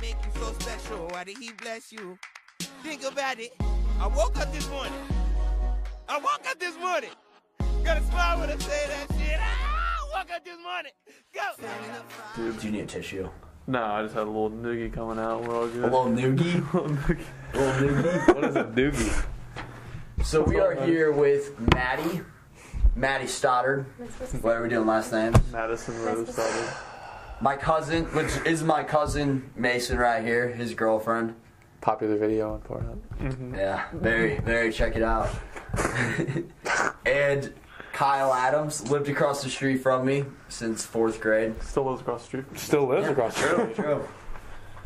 make you so special? Why did he bless you? Think about it. I woke up this morning. I woke up this morning. Gonna smile when I say that shit. Ah, I woke up this morning. Go. Do you need a tissue? No, I just had a little noogie coming out. We're all good. A little noogie? Little noogie. A little noogie? What is a noogie? So we are here with Maddie. Maddie Stoddard. Whatever we doing last name. Madison Rose started. My cousin, which is my cousin Mason right here, his girlfriend. Popular video on Pornhub. Yeah, very, very. Check it out. and Kyle Adams lived across the street from me since fourth grade. Still lives across the street. Still lives Yeah, across the true, street. true.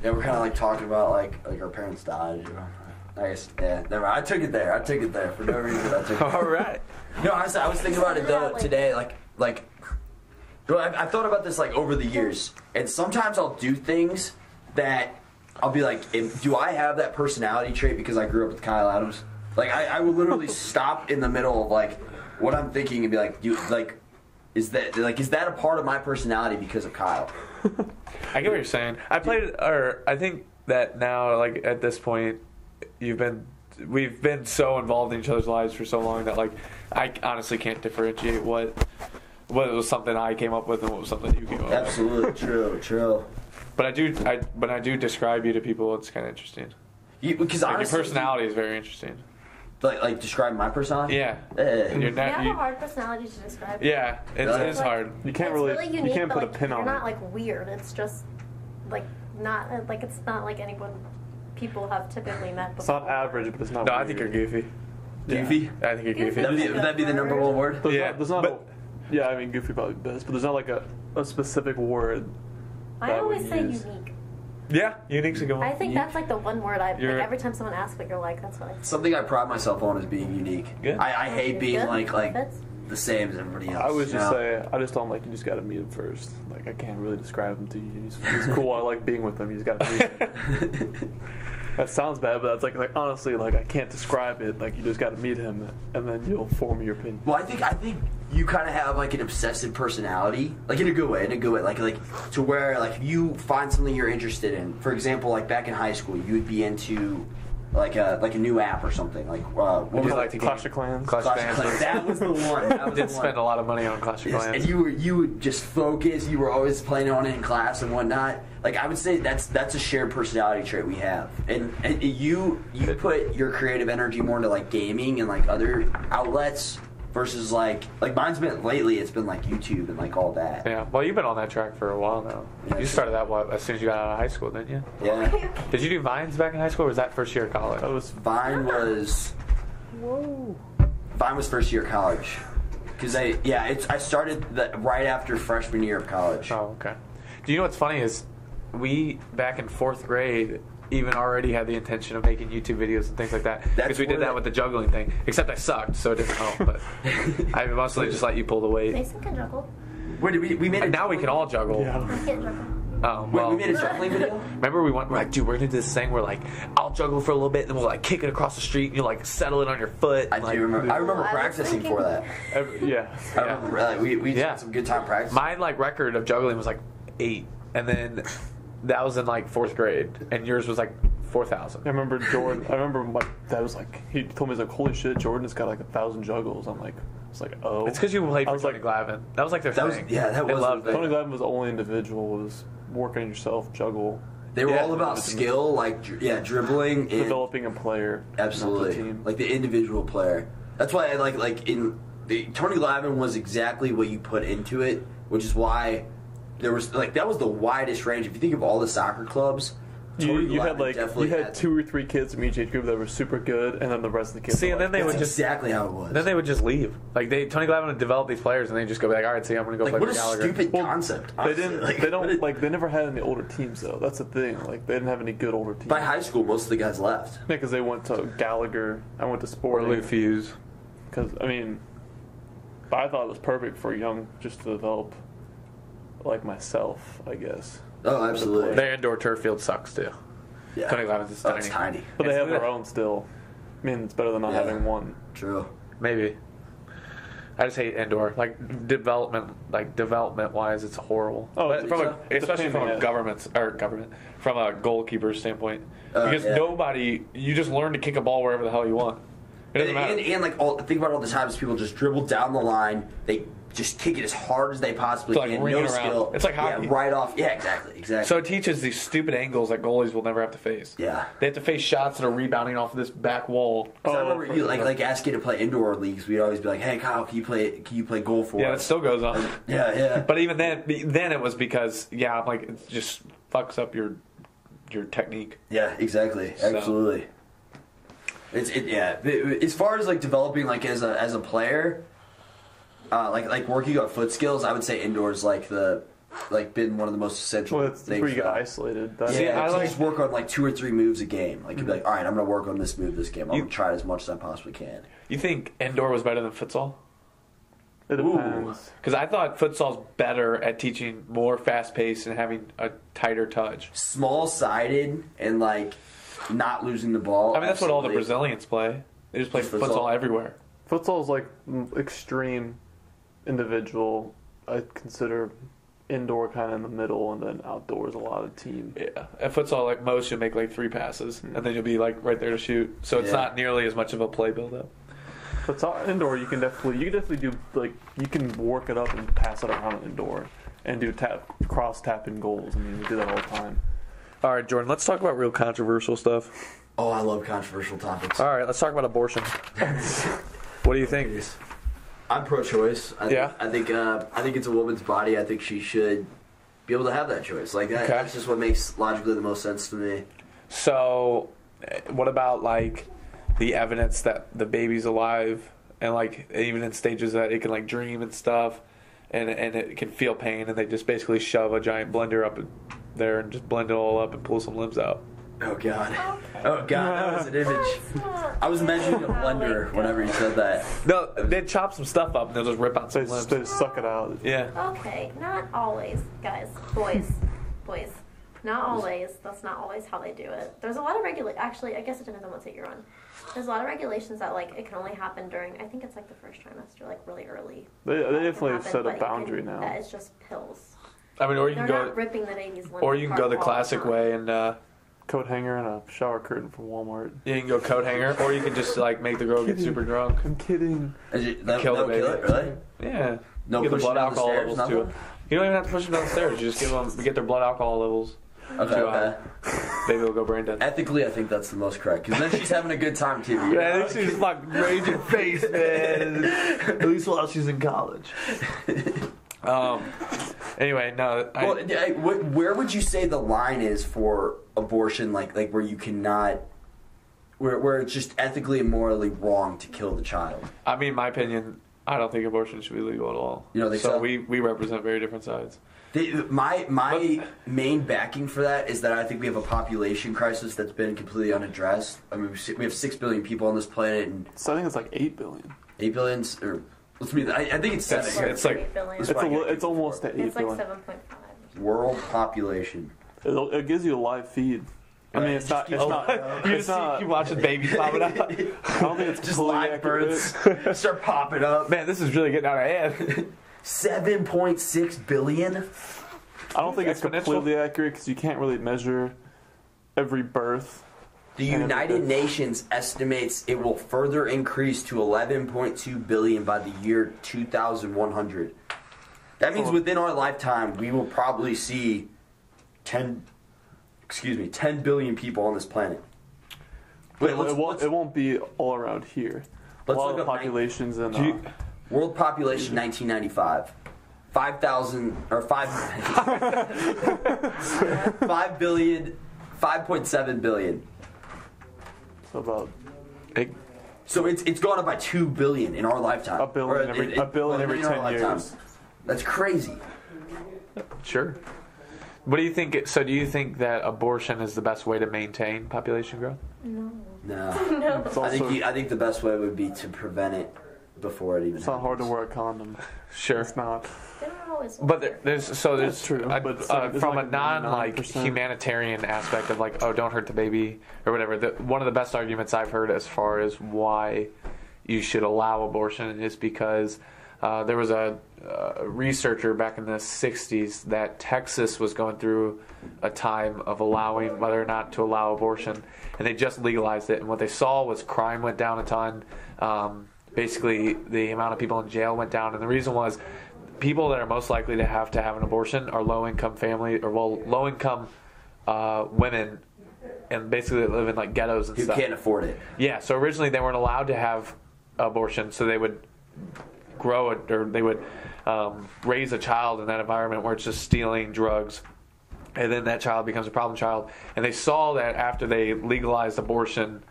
Yeah, we're kind of like talking about like like our parents died. You know? I guess yeah. Never. mind. I took it there. I took it there for no reason. I took it. All right. No, honestly, I was thinking about it though today. Like, like, well, I, I've thought about this like over the years, and sometimes I'll do things that I'll be like, "Am- do I have that personality trait because I grew up with Kyle Adams? Like, I, I will literally stop in the middle of like what I'm thinking and be like, you like. Is that like is that a part of my personality because of Kyle? I get what you're saying. I played, or I think that now, like at this point, you've been, we've been so involved in each other's lives for so long that like, I honestly can't differentiate what, what was something I came up with and what was something you came up with. Absolutely true, true. But I do, I when I do describe you to people, it's kind of interesting. You, because Like honestly, your personality is very interesting. like like describing my personality. Yeah. Eh. You're You have not. a You, hard personality to describe. yeah, it's, Really? it is hard. You can't it's really, unique, you can't but, put like, a pin you're on not it. like weird. It's just like not uh, like it's not like anyone people have typically met before. It's not average, but it's not. No, I think you're goofy. Yeah. Goofy? I think you're goofy. That'd be, would that be the number one word? There's Yeah, not, there's not but- a, yeah, I mean goofy probably best, but there's not like a, a specific word. I that always we say use. Oh, unique. Yeah, unique's a good one. I think that's like the one word I like, You're- every time someone asks what you're like. That's what I. say. Something I pride myself on is being unique. Good. I, I hate being Good. like like That's- the same as everybody else. I was you just know? say, I just don't like you. Just gotta meet him first. Like I can't really describe him to you. He's, he's cool. I like being with him. You just gotta meet him. That sounds bad, but that's like, like honestly, like I can't describe it. Like you just got to meet him, and then you'll form your opinion. well, I think I think you kind of have like an obsessive personality, like in a good way, in a good way, like like to where like if you find something you're interested in. For example, like back in high school, you would be into like a like a new app or something. Like uh, what was You it? like Clash of Clans? Clash Clash of Clans. That was the one. That was did the spend one. a lot of money on Clash of Yes, Clans. and you were you would just focus. You were always playing on it in class and whatnot. Like I would say that's that's a shared personality trait we have, and, and you you put your creative energy more into like gaming and like other outlets versus like like mine's been lately. It's been like YouTube and like all that. yeah, well, you've been on that track for a while now. Yeah. you started that what, as soon as you got out of high school, didn't you? Yeah, Did you do Vines back in high school, or was that first year of college? That was Vine was Whoa. Vine was first year of college. Cause I yeah it's I started that right after freshman year of college. Oh, okay. Do you know what's funny is we back in fourth grade even already had the intention of making YouTube videos and things like that because That's we did where- that with the juggling thing. Except I sucked, so it didn't help. But I mostly just let you pull the weight. Mason can juggle. Where did we we made a And now we can all juggle. I can't juggle. Oh, Wait, well, we made a juggling video. Remember we went, we're like, dude, we're gonna do this thing where like I'll juggle for a little bit, then we'll like kick it across the street, and you'll like settle it on your foot. I like, do remember. I remember I was practicing for thinking- that. every, yeah. I remember, uh, we we Yeah. had some good time practicing. My like record of juggling was like eight, and then that was in like fourth grade, and yours was like four I thousand. remember Jordan. I remember my dad was like, he told me he's like, holy shit, Jordan's got like a thousand juggles. I'm like, it's like oh. It's because you played I for was Tony like- Glavin. That was like their That was- thing. yeah, that they was loved their it. thing. Tony Glavin was the only individual was working on yourself, juggle, They were Yeah. all about skill, like dri- yeah, dribbling and developing a player. not the absolutely team. like the individual player. That's why I like like in the, Tony Glavin was exactly what you put into it, which is why there was like that was the widest range. If you think of all the soccer clubs, you, Tony you had Glavin like definitely you had two or three kids from each age group that were super good, and then the rest of the kids. See, were and then like, they would That's just exactly how it was. then they would just leave. Like they Tony Glavin would develop these players, and they just go be like, all right, see, I'm gonna go like play what for a Gallagher. stupid Well, concept. They honestly. didn't. Like, they what don't a- like. They never had any older teams though. That's the thing. Like they didn't have any good older teams. by high school. Most of the guys left. because they went to Gallagher. I went to Or Sporting. Lou Fuse. Because I mean, I thought it was perfect for young just to develop, like myself, I guess. Oh, absolutely. Their indoor turf field sucks too. yeah. Tony Glavin's is Oh, it's tiny. tiny. But they It's- have their own still. I mean, it's better than not Yeah. having one. True. Maybe. I just hate indoor. Like development, like development wise, it's horrible. Oh, But it's- from it's a, a- it's a especially pain from in a the- government's or government from a goalkeeper standpoint, Uh, because yeah. nobody, you just learn to kick a ball wherever the hell you want. It doesn't And, matter. and, and like all, think about all the times people just dribble down the line, they just kick it as hard as they possibly It's like can, ringing no around. skill. It's like Yeah, hockey. right off. Yeah, exactly, exactly. So it teaches these stupid angles that goalies will never have to face. Yeah. They have to face shots that are rebounding off of this back wall. 'Cause I Oh, remember you like like asking to play indoor leagues. We'd always be like, "Hey, Kyle, can you play? Can you play goal for Yeah, that us?" still goes on. yeah, yeah. But even then, then it was because yeah, I'm like it just fucks up your your technique. Yeah, exactly. So- Absolutely. It's it yeah. It- as far as like developing like as a as a player, uh, like like working on foot skills, I would say indoors like the like been one of the most essential Well, that's things. where you get about- isolated. That's, Yeah, See, I to like- Mm-hmm. just work on like two or three moves a game. Like you'd be like, all right, I'm gonna work on this move this game. I'm You- gonna try it as much as I possibly can. You think indoor was better than futsal? It Ooh. depends. Because I thought futsal's better at teaching more fast pace and having a tighter touch. Small sided and like not losing the ball. I mean, that's what all the absolutely. Brazilians play. They just play Futsal. futsal everywhere. Futsal is like m- extreme individual. I consider indoor kind of in the middle, and then outdoors a lot of team. Yeah, at futsal, like most, you'll make like three passes, and then you'll be like right there to shoot. So it's Hmm. Yeah. not nearly as much of a play buildup. Futsal indoor, you can definitely you can definitely do like you can work it up and pass it around indoor, and do tap cross tapping goals. I mean, we do that all the time. All right, Jordan, let's talk about real controversial stuff. Oh, I love controversial topics. All right, let's talk about abortion. what do you think? I'm pro-choice. I Yeah. Think, I think uh, I think it's a woman's body. I think she should be able to have that choice. Like that, Okay. that's just what makes logically the most sense to me. So, eh, what about like the evidence that the baby's alive, and like even in stages that it can like dream and stuff, and and it can feel pain, and they just basically shove a giant blender up in there and just blend it all up and pull some limbs out. Oh God. Oh God. That was an image. That's not- I was imagining a Oh my blender God. whenever you said that. No, they chop some stuff up and they'll just rip out So some they, just, limbs. they just suck it out. Yeah. Okay, not always, guys. Boys. Boys. Not always. That's not always how they do it. There's a lot of regula- actually, I guess it depends on what state you're on. There's a lot of regulations that like it can only happen during I think it's like the first trimester, like really early. They, they definitely Happen, set but a you boundary can- now. That is just pills. I mean, or you They're can not go, ripping the baby's limb or you can go apart the all classic time. way and uh, Coat hanger and a shower curtain from Walmart. you can go coat hanger, or you can just like make the girl get super drunk. I'm kidding. Is it- That, Kill the that'll kill baby. it, really? Yeah. No get the pushing down blood the alcohol stairs, levels to nothing? it. You don't even have to push them downstairs. You just give them, get their blood alcohol levels. Okay, Too high. okay. Baby will go brain dead. Ethically, I think that's the most correct because then she's having a good time too. you know? Man, this is like raging face, man. At least while she's in college. Um. Anyway, no. I, Well, I- wh- where would you say the line is for abortion? Like, like where you cannot, where where it's just ethically and morally wrong to kill the child. I mean, my opinion. I don't think abortion should be legal at all. You don't think so? we we represent very different sides. The, my my main backing for that is that I think we have a population crisis that's been completely unaddressed. I mean, we si- we have six billion people on this planet, and So I think it's like eight billion. eight billions, or let's be. I, I think it's seven. It's- it's like- Eight billion. That's It's a, why I li- gotta keep it's it almost for- to eight It's like billion. seven point five. world population. It'll, it gives you a live feed. I Right, mean, Oh. it's just not. keep- It's not. You just It's see, not. keep watching babies popping up. I don't think it's Just completely live accurate. births start popping up. Man, this is really getting out of hand. Seven point six billion. I don't think it's Exponential. completely accurate because you can't really measure every birth. The Kind of United ridiculous. Nations estimates it will further increase to 11.2 billion by the year 2100. That means Oh. within our lifetime, we will probably see 10, excuse me, 10 billion people on this planet. Wait, it, let's, it won't, let's- it won't be all around here. A Let's lot look of the up nine- populations in. Do you- uh, world population 1995. 5,000 or 5 5 billion 5.7 billion. so about It- So it's it's gone up by two billion in our lifetime. A billion Or every- a billion every in our 10 lifetime. years. That's crazy. Sure. What do you think? So, do you think that abortion is the best way to maintain population growth? No, No. it's I also think you, I think the best way would be to prevent it before it even. it's not hard to happens. wear a condom. Sure. It's not. They don't always But there, there's so there's That's true, I- but it's uh, like- it's from like a non like 99%. humanitarian aspect of like oh don't hurt the baby or whatever. The, one of the best arguments I've heard as far as why you should allow abortion is because Uh, there was a uh, researcher back in the 60s that Texas was going through a time of allowing whether or not to allow abortion, and they just legalized it. And what they saw was crime went down a ton. Um, basically, the amount of people in jail went down, and the reason was people that are most likely to have to have an abortion are low income family or well low income uh, women, and basically that live in like ghettos and Who stuff. can't afford it? Yeah, so originally they weren't allowed to have abortion, so they would grow it or they would um, raise a child in that environment where it's just stealing drugs. And then that child becomes a problem child. And they saw that after they legalized abortion,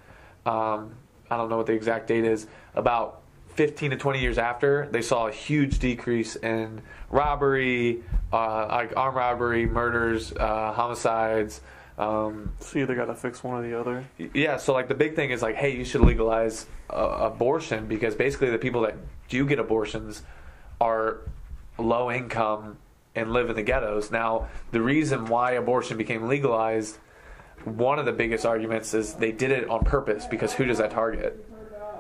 um, I don't know what the exact date is, about 15 to 20 years after, they saw a huge decrease in robbery, uh, like armed robbery, murders, uh, homicides, um, So you either got to fix one or the other. yeah, so like the big thing is like, hey, you should legalize uh, abortion because basically the people that do get abortions are low income and live in the ghettos. Now, the reason why abortion became legalized, one of the biggest arguments is they did it on purpose because who does that target?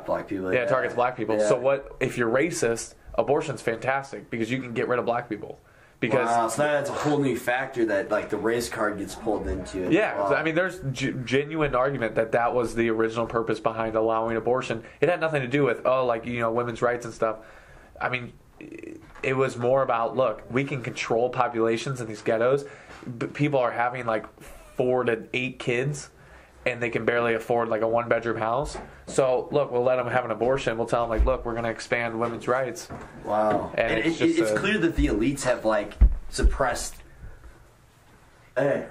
Black people. Yeah, it targets black people. Yeah. So what if you're racist? Abortion's fantastic because you can get rid of black people because Wow, so now that's a whole new factor that like the race card gets pulled into. Yeah, Wow. I mean, there's g- genuine argument that that was the original purpose behind allowing abortion. It had nothing to do with oh, like you know, women's rights and stuff. I mean, i- it was more about look, we can control populations in these ghettos. But people are having like four to eight kids, and they can barely afford like a one bedroom house. So look, we'll let them have an abortion. We'll tell them like, look, we're going to expand women's rights. Wow. And And, it's it's, just it's a- clear that the elites have like suppressed. Hey.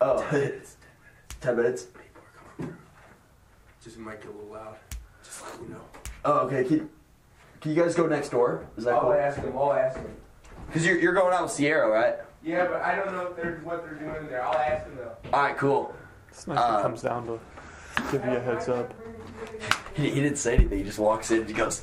Oh, minutes. ten minutes. People are coming through. Just it might get a little loud. Just let you know. Oh, okay. Can, can you guys go next door? Is that I'll cool? ask them. I'll ask them. Because you're, you're going out with Sierra, right? Yeah, but I don't know if they're what they're doing there. I'll ask them though. All right, cool. It's nice Uh, it comes down to give you a heads up. He, he didn't say anything. He just walks in and he goes.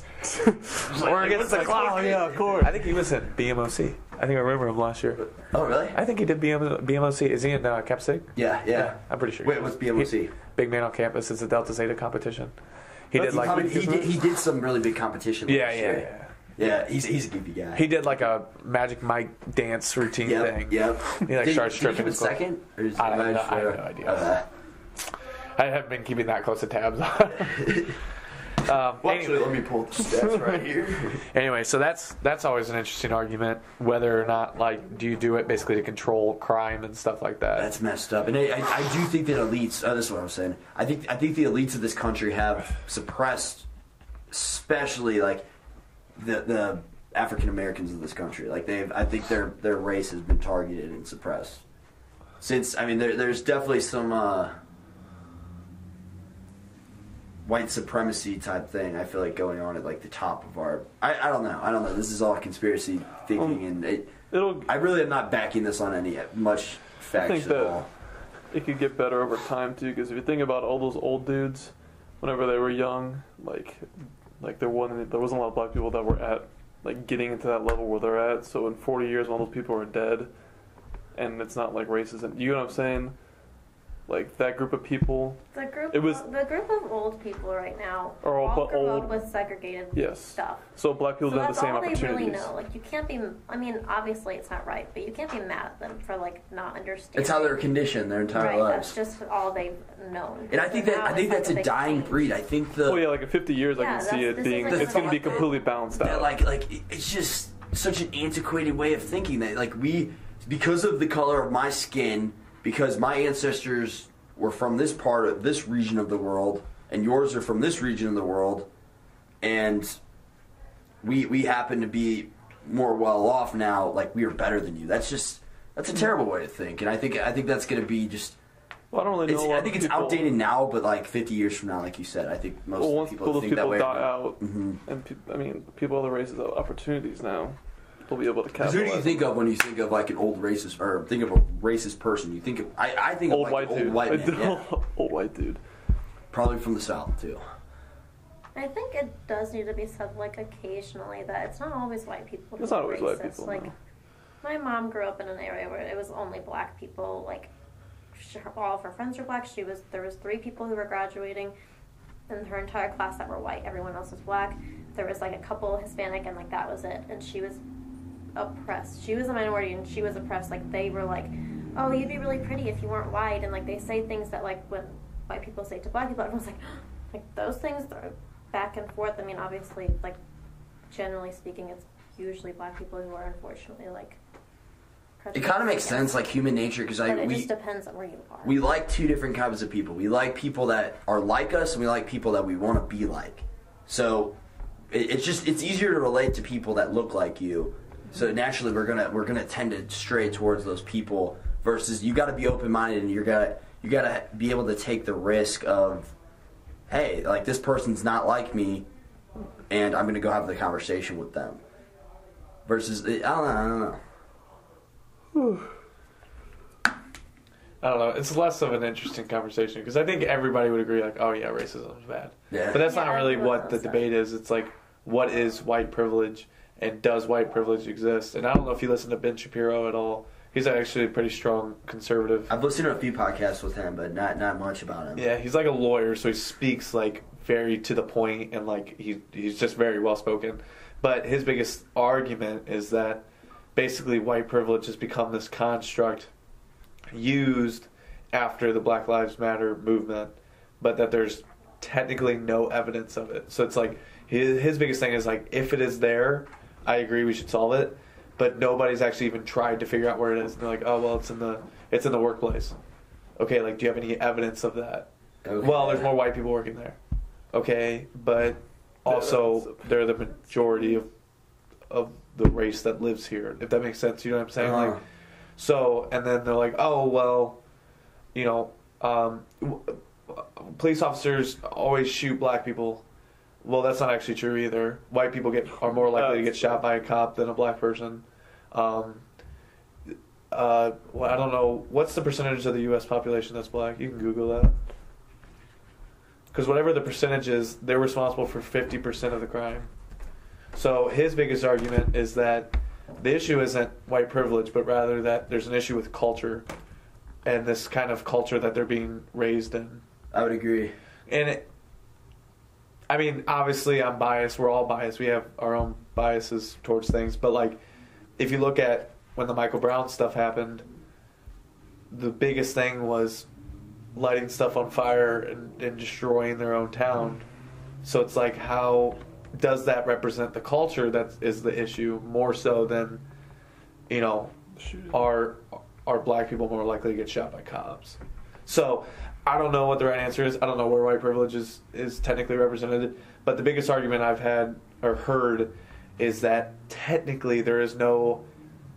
We're against the Oh yeah, of course. I think he was in BMOC. I think I remember him last year. Oh, really? I think he did BM, BMOC. Is he in uh, Cap City? Yeah, yeah. I'm pretty sure. Wait, what's BMOC? He- Big Man on Campus. It's a Delta Zeta competition. He did He, like probably- he, did, he did some really big competition. yeah, last yeah, year. yeah. Yeah, he's, he's a goofy guy. He did like a Magic Mike dance routine Yep, thing. yep. He like Did- started did stripping. He come in his clothes. second? Or is I don't Raj know. I have Shura- no idea. Uh, I haven't been keeping that close to tabs on. it. um, well, anyway, actually, let me pull up the stats right here. anyway, so that's that's always an interesting argument whether or not like do you do it basically to control crime and stuff like that. That's messed up, and I, I, I do think that elites. Oh, this is what I'm saying. I think I think the elites of this country have suppressed, especially like the the African Americans of this country. Like they've, I think their their race has been targeted and suppressed. Since I mean, there, there's definitely some uh, white supremacy type thing. I feel like going on at like the top of our. I, I don't know. I don't know. This is all conspiracy thinking, and it, It'll I really am not backing this on any much facts think at that- all. it could get better over time too. Because if you think about all those old dudes, whenever they were young, like like there wasn't there wasn't a lot of black people that were at like getting into that level where they're at. So in 40 years, when all those people are dead, and it's not like racism. You know what I'm saying? Like that group of people. The group, It was- the group of old people right now Are all all bu- grew old- up with segregated Yes. stuff. So black people So don't have that's the same all they really opportunities. know. Like you can't be. I mean, obviously it's not right, but you can't be mad at them for like not understanding. It's how they're conditioned their entire right. lives. That's just all they've known. and I think So that now I it's think like that's a a big dying change. breed. I think the Well, Oh, yeah, like in 50 years, I Yeah, can see that's- it this is being. like it's going to be another- completely balanced that out. like like it- it's just such an antiquated way of thinking that like we because of the color of my skin, because my ancestors were from this part of this region of the world, and yours are from this region of the world, and we we happen to be more well off now. Like we are better than you. That's just that's Mm-hmm. a terrible way to think, and I think I think that's going to be just well, I don't really know. It's, a lot I of think it's people- outdated now, but like 50 years from now, like you said, I think most Well, of once the people, people those think people that way. die out, Mhm. and peop I mean, people of other races have opportunities now. They'll be able to 'Cause capitalize. who do you think of when you think of like an old racist or think of a racist person? You think of I, I think Old of like white an dude. old white man, yeah. old white dude. probably from the south too. I think it does need to be said like occasionally that it's not always white people. It's who not are always white racist. people, Like no. my mom grew up in an area where it was only black people. Like sh all of her friends were black. She was there was three people who were graduating in her entire class that were white. Everyone else was black. there was like a couple Hispanic and like that was it. And she was oppressed. She was a minority and she was oppressed. Like they were like, oh, you'd be really pretty if you weren't white. And like they say things that like when white people say to black people, everyone's like, like those things are back and forth. I mean, obviously, like generally speaking, it's usually black people who are unfortunately like. It kind of makes sense, like human nature, because But I it we just depends on where you are. we like two different kinds of people. We like people that are like us, and we like people that we want to be like. So it, it's just it's easier to relate to people that look like you. So naturally, we're gonna we're gonna tend to stray towards those people. Versus, you got to be open minded, and you're gonna you got to be able to take the risk of, hey, like this person's not like me, and I'm gonna go have the conversation with them. Versus, I don't know, I don't know. I don't know. It's less of an interesting conversation because I think everybody would agree, like, oh yeah, racism is bad. Yeah. But that's Yeah, not really everyone what the knows that. debate is. It's like, what is white privilege, and does white privilege exist? And I don't know if you listen to Ben Shapiro at all. He's actually a pretty strong conservative. I've listened to a few podcasts with him, but not not much about him. Yeah, he's like a lawyer, so he speaks like very to the point, and like he he's just very well spoken. But his biggest argument is that basically white privilege has become this construct used after the Black Lives Matter movement, but that there's technically no evidence of it. So it's like his, his biggest thing is like if it is there, I agree we should solve it, but nobody's actually even tried to figure out where it is. And they're like, oh well, it's in the it's in the workplace. Okay, like do you have any evidence of that? Okay. Well, there's more white people working there. Okay, but also they're the majority of of the race that lives here. If that makes sense, you know what I'm saying? Like Uh-huh. so, and then they're like, oh well, you know, um, w- uh, police officers always shoot black people. Well, that's not actually true either. White people get are more likely to get shot by a cop than a black person. Um, uh, well, I don't know what's the percentage of the U.S. population that's black. You can Google that. Because whatever the percentage is, they're responsible for fifty percent of the crime. So his biggest argument is that the issue isn't white privilege, but rather that there's an issue with culture and this kind of culture that they're being raised in. I would agree. And it, I mean, obviously, I'm biased. We're all biased. We have our own biases towards things. But like, if you look at when the Michael Brown stuff happened, the biggest thing was lighting stuff on fire and, and destroying their own town. So it's like, how does that represent the culture that is the issue more so than, you know, are are black people more likely to get shot by cops? So I don't know what the right answer is. I don't know where white privilege is, is technically represented. But the biggest argument I've had or heard is that technically there is no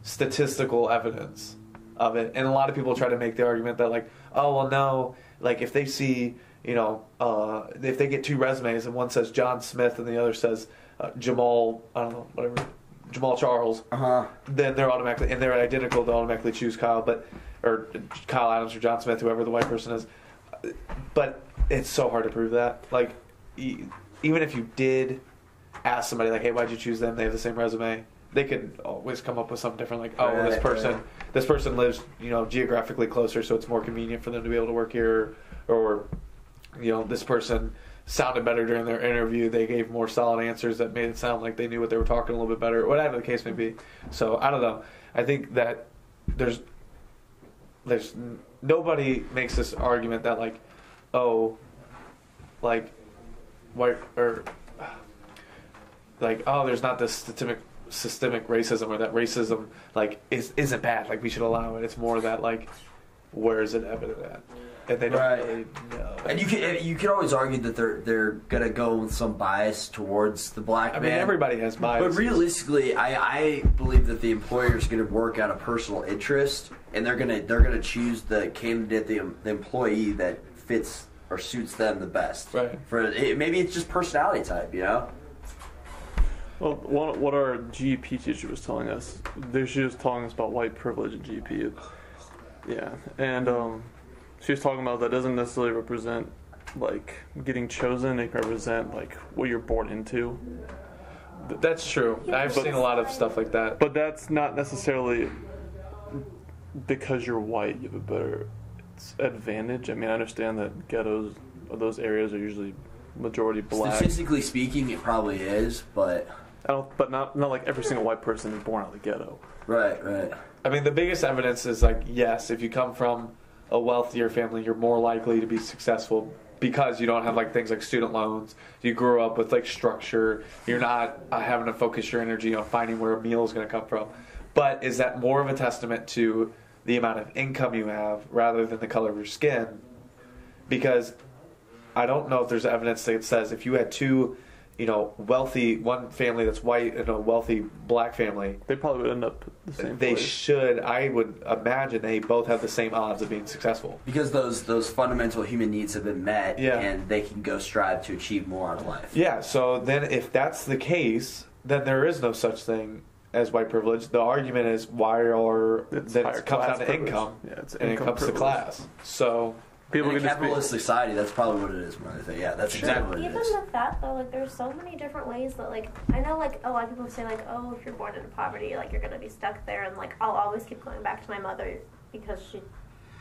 statistical evidence of it. And a lot of people try to make the argument that like, oh well no, like if they see, you know, uh, if they get two resumes and one says John Smith and the other says uh, Jamal, I don't know, whatever, Jamal Charles, Uh huh. then they're automatically and they're identical. They'll automatically choose Kyle, but or Kyle Adams or John Smith, whoever the white person is. But it's so hard to prove that. Like, e- even if you did ask somebody, like, "Hey, why'd you choose them?" They have the same resume. They could always come up with something different. Like, "Oh, well, this Right, person, right. this person lives, you know, geographically closer, so it's more convenient for them to be able to work here," or you know, this person sounded better during their interview. They gave more solid answers that made it sound like they knew what they were talking a little bit better, whatever the case may be. So I don't know. I think that there's there's n- nobody makes this argument that like, oh, like white or like oh, there's not this systemic systemic racism or that racism like is isn't bad. Like we should allow it. It's more that like where is it evident at? And they don't Right. really know. And you can you can always argue that they're they're gonna go with some bias towards the black I mean, man. everybody has biases. But realistically, I, I believe that the employer is going to work out a personal interest, and they're going to they're going to choose the candidate, the, em- the employee that fits or suits them the best. Right. For it, maybe it's just personality type, you know. Well, what, what our GP teacher was telling us, there she was telling us about white privilege in GP. Yeah, and um, she was talking about that doesn't necessarily represent like getting chosen. It can represent like what you're born into. Th- that's true. I've seen a lot of stuff like that. But that's not necessarily because you're white. You have a better advantage. I mean, I understand that ghettos, or those areas are usually majority black. Statistically speaking, it probably is, but I don't, but not not like every single white person is born out of the ghetto. right, right. I mean, the biggest evidence is like, yes, if you come from a wealthier family, you're more likely to be successful because you don't have like things like student loans. You grew up with like structure. You're not uh, having to focus your energy on finding where a meal is going to come from. But is that more of a testament to the amount of income you have rather than the color of your skin? Because I don't know if there's evidence that says if you had two, you know, wealthy one family that's white and a wealthy black family, They probably would end up the same. they place. should i would imagine they both have the same odds of being successful Because those those fundamental human needs have been met, Yeah. and they can go strive to achieve more out of life. yeah so then if that's the case then there is no such thing as white privilege the argument is why are It's then higher it comes class down to privilege. income Yeah, it's and income it comes privilege. to class so people in a can just be- capitalist society, that's probably what it is. More than anything. Yeah, that's exactly what Even it is. the fact though, like there's so many different ways that like I know like a lot of people say like, oh, if you're born into poverty, like you're gonna be stuck there, and like I'll always keep going back to my mother because she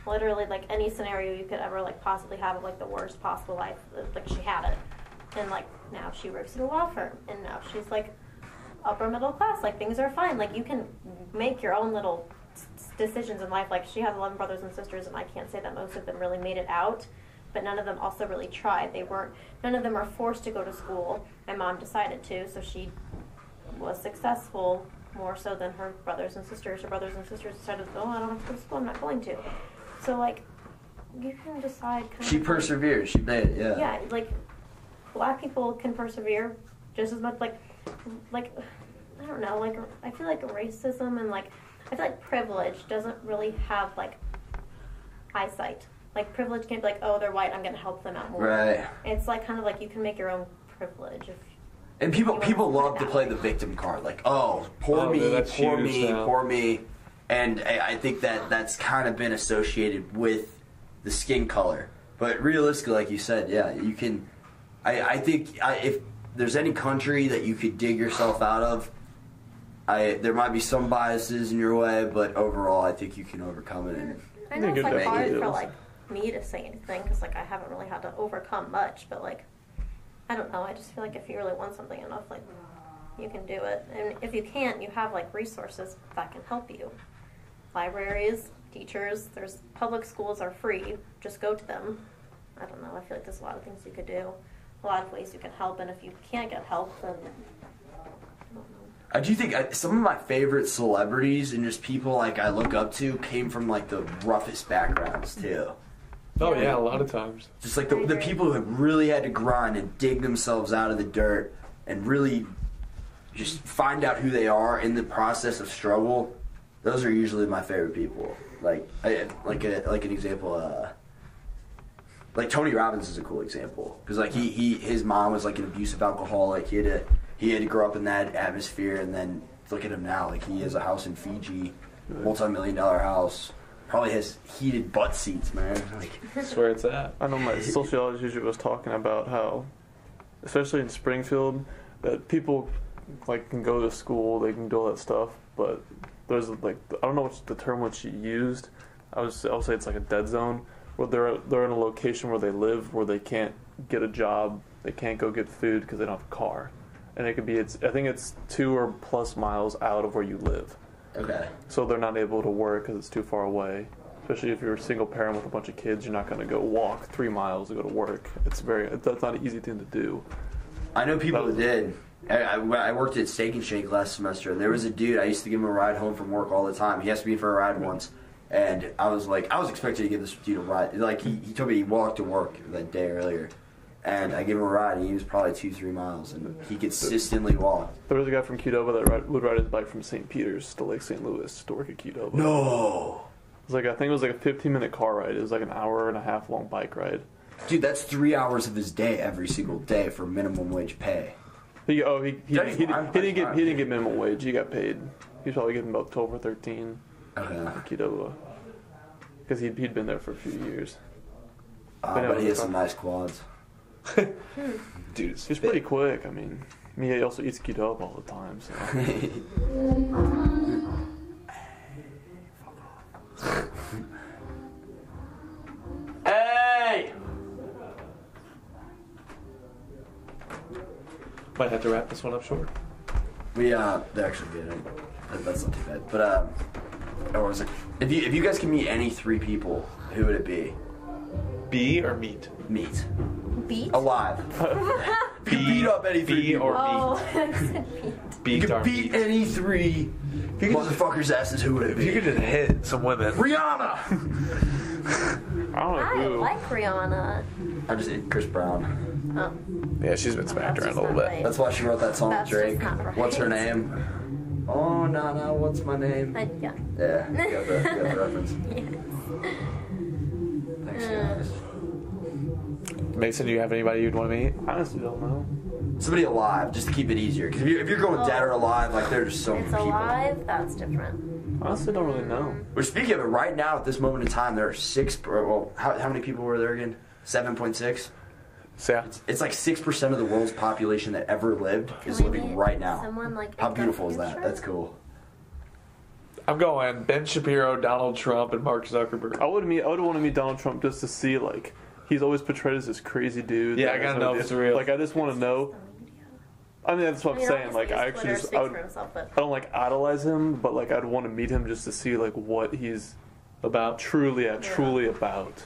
literally like any scenario you could ever like possibly have of like the worst possible life, like she had it, and like now she works in a law firm, and now she's like upper middle class, like things are fine, like you can make your own little s- s- decisions in life. Like she has eleven brothers and sisters, and I can't say that most of them really made it out but none of them also really tried. They weren't. None of them are forced to go to school. My mom decided to, so she was successful more so than her brothers and sisters. Her brothers and sisters decided, oh, I don't have to go to school. I'm not going to. So like, you can decide. Kind She of, persevered. She made it. Yeah. Yeah, like black people can persevere just as much. Like, like I don't know. Like I feel like racism and like I feel like privilege doesn't really have like eyesight. Like privilege can't be like, oh, they're white. I'm gonna help them out more. Right. It's like kind of like you can make your own privilege. If, And people people love to play the victim card, like, oh, poor Oh, me, dude, that's poor huge me, now. poor me. And I, I think that that's kind of been associated with the skin color. But realistically, like you said, yeah, you can. I, I think I, if there's any country that you could dig yourself out of, I there might be some biases in your way, but overall, I think you can overcome it. And I know Yeah, it's good like to hard ideas. for like me to say anything because like I haven't really had to overcome much, but like I don't know. I just feel like if you really want something enough, like you can do it, and if you can't, you have like resources that can help you. Libraries, teachers. There's public schools are free. Just go to them. I don't know. I feel like there's a lot of things you could do, a lot of ways you can help, and if you can't get help, then I don't know. I do think I, some of my favorite celebrities and just people like I look up to came from like the roughest backgrounds too. oh yeah a lot of times Just like the, the people who have really had to grind and dig themselves out of the dirt and really just find out who they are in the process of struggle. Those are usually my favorite people. Like, I, like a like an example. Uh, like Tony Robbins is a cool example because like he, he his mom was like an abusive alcoholic. He had to he had to grow up in that atmosphere, and then look at him now. Like he has a house in Fiji, multi million dollar house. Probably has heated butt seats, man. Like. that's where it's at I know my sociology teacher was talking about how, especially in Springfield, that people like can go to school, they can do all that stuff, but there's like I don't know what's the term which she used. I was I'll say it's like a dead zone where they're they're in a location where they live where they can't get a job, they can't go get food because they don't have a car, and it could be it's I think it's two or plus miles out of where you live Okay. so they're not able to work because it's too far away. Especially if you're a single parent with a bunch of kids, you're not going to go walk three miles to go to work. It's very that's not an easy thing to do. I know people that did. I, I- I worked at Steak and Shake last semester, and there was a dude. I used to give him a ride home from work all the time. He asked me for a ride once, and I was like, I was expecting to give this dude a ride. Like he, he told me he walked to work that day earlier, and I gave him a ride, and he was probably two three miles, and he consistently walked. There was a guy from Qdoba that ride, would ride his bike from St. Peter's to Lake St. Louis to work at Qdoba. No, It was like I think it was like a 15 minute car ride. It was like an hour and a half long bike ride. dude, that's three hours of his day every single day for minimum wage pay. He oh he he, he, That's he, fine, didn't- he didn't that's get fine. he didn't get minimum wage. He got paid. He was probably getting about 12 or 13 Okay. at Qdoba because he'd he'd been there for a few years. Uh, but he has some nice quads. dude it's He's pretty quick. I mean, I mean, he also eats Qdoba all the time. So. Hey! Might have to wrap this one up short. We uh, they're actually good. That- That's not too bad. But um, I was like, if you if you guys could meet any three people, who would it be? Bee or meat? Meet Beat? alive. you could beat up any three Bee people. or Oh, I said beat. beat? you Beat or could beat meat? any three you could just- motherfuckers' asses. Who would it If you be? could just hit some women. Rihanna. I don't know I Oh, who. like Rihanna. I just ate Chris Brown. Oh, Yeah, she's been smacked That's around a just little not bit. That's why she wrote that song That's with Drake. just not What's her right. name? Oh, Nana, what's my name? I, yeah. Yeah, you got the, you got the reference. Thanks, Uh. guys. Mason, do you have anybody you'd want to meet? honestly don't know. Somebody alive, just to keep it easier. Because if, you, if you're going dead or alive, like there are just so many Oh. It's people. alive. That's different. Honestly, don't really know. Which speaking of it, right now at this moment in time, there are six. or, Well, how, how many people were there again? Seven point six. So, yeah. It's like six percent of the world's population that ever lived is we living meet right now. Someone like How in the beautiful is that? future? That's cool. I'm going Ben Shapiro, Donald Trump, and Mark Zuckerberg. I would meet. I would want to meet Donald Trump just to see like he's always portrayed as this crazy dude. Yeah, that I has gotta no know if idea- it's real. Like I just want to know. I mean, that's I what Oh. I'm mean, saying. obviously Like I his actually Twitter just oh. speaks I, would, for himself, but I don't like idolize him, but like I'd want to meet him just to see like what he's About truly at truly about,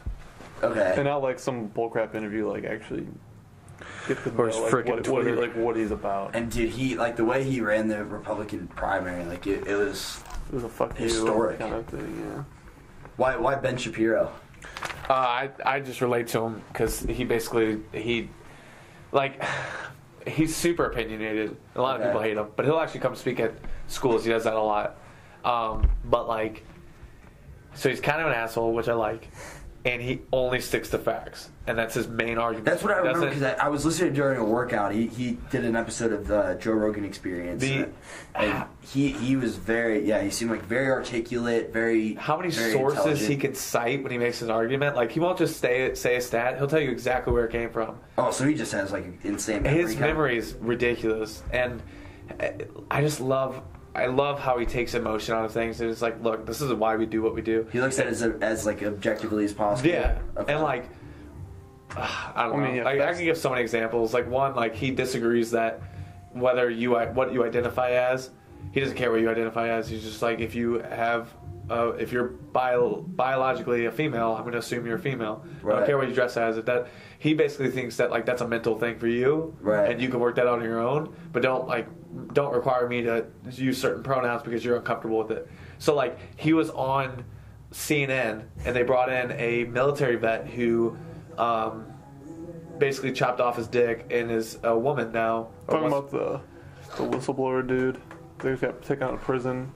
and Okay. not like some bullcrap interview. Like actually get the Or his like, frickin' what, what he, Twitter. like what he's about. And dude, he like the way he ran the Republican primary, like it, it was It was a fuck you Historic. kind of thing. Yeah. why why Ben Shapiro? Uh, I I just relate to him because he basically he like he's super opinionated. A lot Okay. of people hate him, but he'll actually come speak at schools. He does that a lot. Um, but like, so he's kind of an asshole, which I like, and he only sticks to facts, and that's his main argument. That's what I He remember doesn't- because I, I was listening during a workout. He he did an episode of the Joe Rogan Experience. The- and he he was very yeah. He seemed like very articulate, very how many very sources he intelligent. can cite when he makes his argument? Like he won't just say say a stat; he'll tell you exactly where it came from. Oh, so he just has like insane memory. his kind of- memory is ridiculous and I- i just love i love how he takes emotion out of things and it's like look this is why we do what we do He looks at it as, as like objectively as possible. yeah Okay. and like i don't I know mean, yeah, like, i that's- can give so many examples like one like he disagrees that whether you i- what you identify as he doesn't care what you identify as he's just like if you have uh, if you're bio- biologically a female, I'm going to assume you're a female. I Right. don't care what you dress as. If that he basically thinks that like that's a mental thing for you, Right. and you can work that out on your own but don't like don't require me to use certain pronouns because you're uncomfortable with it so like he was on cnn and they brought in a military vet who um, basically chopped off his dick and is a woman now Or Talking was- about the the whistleblower dude. They just got taken out of prison.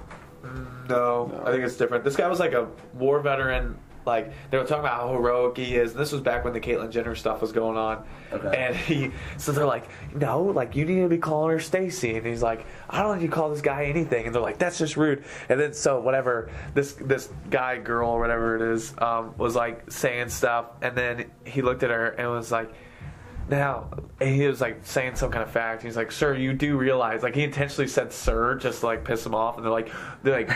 no, No. i think it's different this guy was like a war veteran like they were talking about how heroic he is and this was back when the Caitlyn Jenner stuff was going on Okay. and he so they're like no like you need to be calling her Stacy and he's like I don't need to call this guy anything and they're like that's just rude and then so whatever this this guy girl or whatever it is um, was like saying stuff and then he looked at her and was like now and he was like saying some kind of fact he's like sir you do realize like he intentionally said sir just to, like piss him off and they're like they're like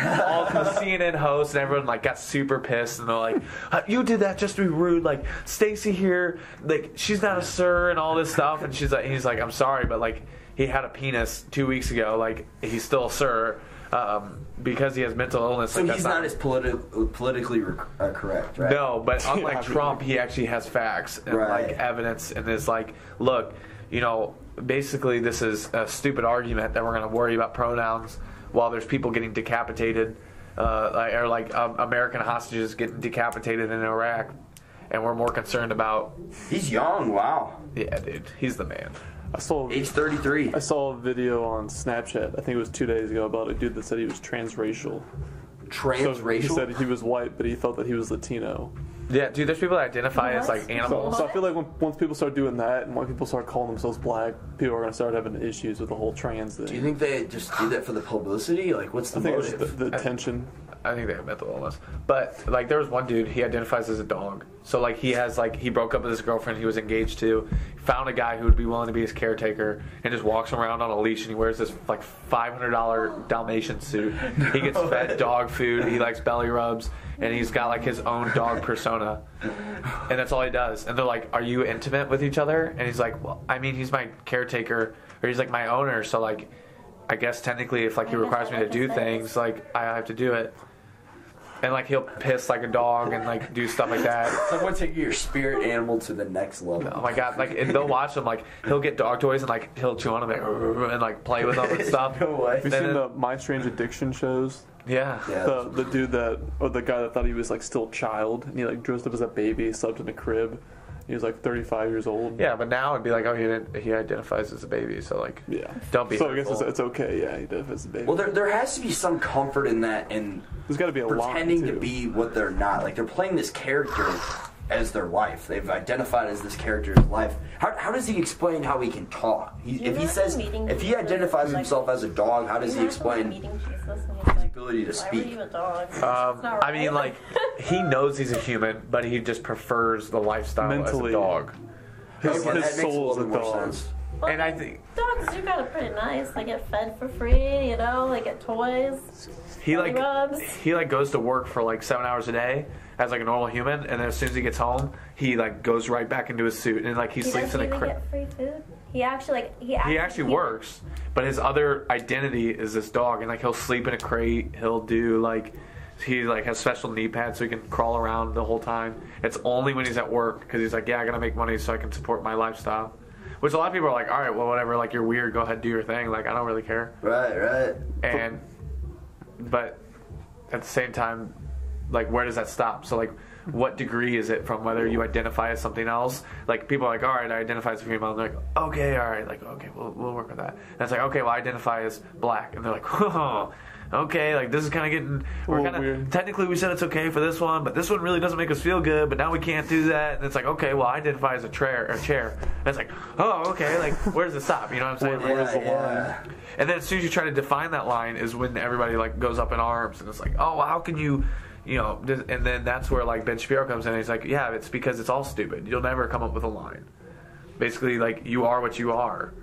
all the cnn hosts and everyone like got super pissed and they're like "Uh, you did that just to be rude like stacy here like she's not a sir and all this stuff and she's like he's like i'm sorry but like he had a penis two weeks ago like he's still a sir um, because he has mental illness so like, he's not as politi- politically rec- uh, correct, right? no, but unlike Trump, he actually has facts and Right. like evidence, and is like, look, you know, basically this is a stupid argument that we're going to worry about pronouns while there's people getting decapitated, uh, like- or like um, American hostages getting decapitated in Iraq, and we're more concerned about, He's young. Wow. yeah, dude, he's the man. I saw Age thirty three. I saw a video on Snapchat. I think it was two days ago about a dude that said he was transracial. So Transracial. he said he was white, but he thought that he was Latino. Yeah, dude, there's people that identify as What? like So, animals. so I feel like when, once people start doing that, and when people start calling themselves black, people are gonna start having issues with the whole trans do you thing. think they just do that for the publicity? Like, what's the I think it's motive? the, the tension. I think they have mental illness. But like there was one dude, he identifies as a dog. So like he has like he broke up with his girlfriend he was engaged to, found a guy who would be willing to be his caretaker, and just walks around on a leash and he wears this like five hundred dollar Dalmatian suit. He gets fed dog food, he likes belly rubs, and he's got like his own dog persona. And that's all he does. And they're like, Are you intimate with each other? And he's like, Well, I mean he's my caretaker or he's like my owner. So like, I guess technically, if like he I guess requires me I to like do this. things, like I have to do it. And like he'll piss like a dog and like do stuff like that. It's like what taking your spirit animal to the next level. Oh my god! Like and they'll watch him. Like he'll get dog toys and like he'll chew on them like, and like play with them and stuff. No way. Have you Then seen it- the My Strange Addiction shows? Yeah. Yeah. The the dude that or the guy that thought he was like still a child and he like dressed up as a baby, slept in a crib. He was like 35 years old. Yeah, but now it'd be like, oh, he didn't, he identifies as a baby, so like, Yeah. don't be. So I guess it's, hurtful. it's okay. Yeah, he did as a baby. Well, there, there has to be some comfort in that, in There's got to be a line, pretending to too. be what they're not. Like they're playing this character as their life. They've identified as this character's life. How, how does he explain how he can talk? He, You if know he the says, meeting if he Jesus, identifies like- himself as a dog, how does he explain? Meeting Jesus and he's like, ability to Why speak. were you a dog? Um, It's not I mean, like, right." he knows he's a human, but he just prefers the lifestyle Mentally. as a dog. His, Okay, his that makes soul is a a little more dog. sense. Well, And I think dogs do got it pretty nice. They get fed for free, you know. They get toys. he like Rubs. he like goes to work for like seven hours a day as like a normal human, and then as soon as he gets home, he like goes right back into his suit and like he, He sleeps in doesn't a even crib. get free food. He actually like he actually, He actually works, but his other identity is this dog, and like he'll sleep in a crate. He'll do like he like has special knee pads so he can crawl around the whole time. It's only when he's at work because he's like, yeah, I gotta make money so I can support my lifestyle. Which a lot of people are like, all right, well, whatever. Like you're weird. Go ahead, do your thing. Like I don't really care. Right, right. And but at the same time, like where does that stop? So like. What degree is it from whether you identify as something else? Like people are like, all right, I identify as a female. And they're like, okay, all right, like okay, we'll we'll work with that. And it's like, okay, well, I identify as black, and they're like, oh, okay, like this is kind of getting we're Well, kind of weird. technically we said it's okay for this one, but this one really doesn't make us feel good. But now we can't do that. And it's like, okay, well, I identify as a chair, a chair. And it's like, oh, okay, like where does it stop? You know what I'm saying? Yeah, Like, yeah. and then as soon as you try to define that line, is when everybody like goes up in arms and it's like, oh, well, how can you, you know? this- And then that's where like Ben Shapiro comes in. and He's like, yeah, it's because it's all stupid. You'll never come up with a line. Basically, like you are what you are,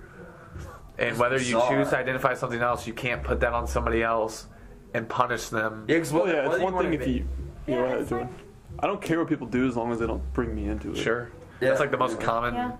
and whether you bizarre. choose to identify as something else, you can't put that on somebody else and punish them. Yeah, 'cause Well, what- yeah, what it's do one wanna thing if be- you. you Yeah, know what, it's Jordan? I don't care what people do as long as they don't bring me into it. Sure, Yeah. that's like the most common. Yeah.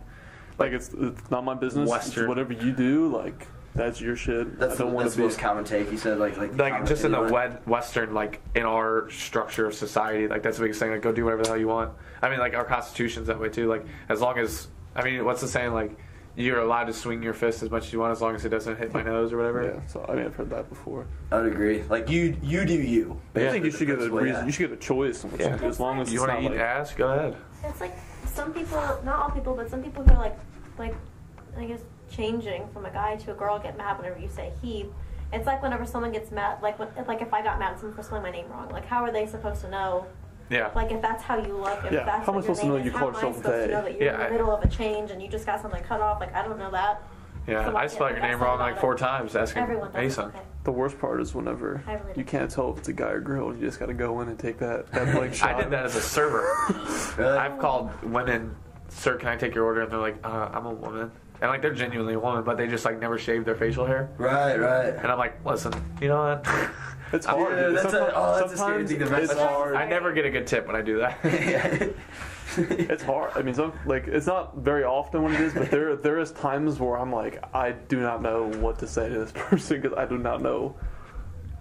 Like it's it's not my business. It's Western. whatever you do, like that's your shit. That's I the, don't want that's to the be. most common take. He said, like, like, the Like common just in the anyone. wed- Western, like in our structure of society, like that's the biggest thing. Like go do whatever the hell you want. I mean, like our constitution's that way too. Like as long as I mean, what's the saying? Like you're allowed to swing your fist as much as you want, as long as it doesn't hit my nose or whatever. yeah, so I mean, I've heard that before. I'd agree. Like you, you do you. I think you should get a That's what- reason. You should get a choice. on what Yeah. you do, as long as You it's want to not eat like, ass? Go ahead. It's like some people, not all people, but some people who are like, like, I guess changing from a guy to a girl get mad whenever you say he. It's like whenever someone gets mad, like when, like if I got mad at someone for spelling my name wrong, like how are they supposed to know? Yeah. Like if that's how you look, if Yeah, that's how am I what your supposed to name know is, you how call am I yourself supposed to they? know that you're Yeah, I- in the middle of a change and you just got something cut off? Like I don't know that. yeah. So I spelled your everyone name does wrong that like about four it. times. Asking Everyone does. Mason. Okay. The worst part is whenever I really you can't tell if it's a guy or girl. You just got to go in and take that that blank shot. I did that as a server. I've called women, sir, can I take your order? And they're like, uh, I'm a woman. And like they're genuinely a woman, but they just like never shave their facial hair. Right, right. And I'm like, listen, you know what? It's I'm- hard. Yeah, dude. that's a- oh, that's a scary sometimes thing to mess it's up. hard. I never get a good tip when I do that. It's hard. I mean, some, like it's not very often when it is, but there there is times where I'm like, I do not know what to say to this person because I do not know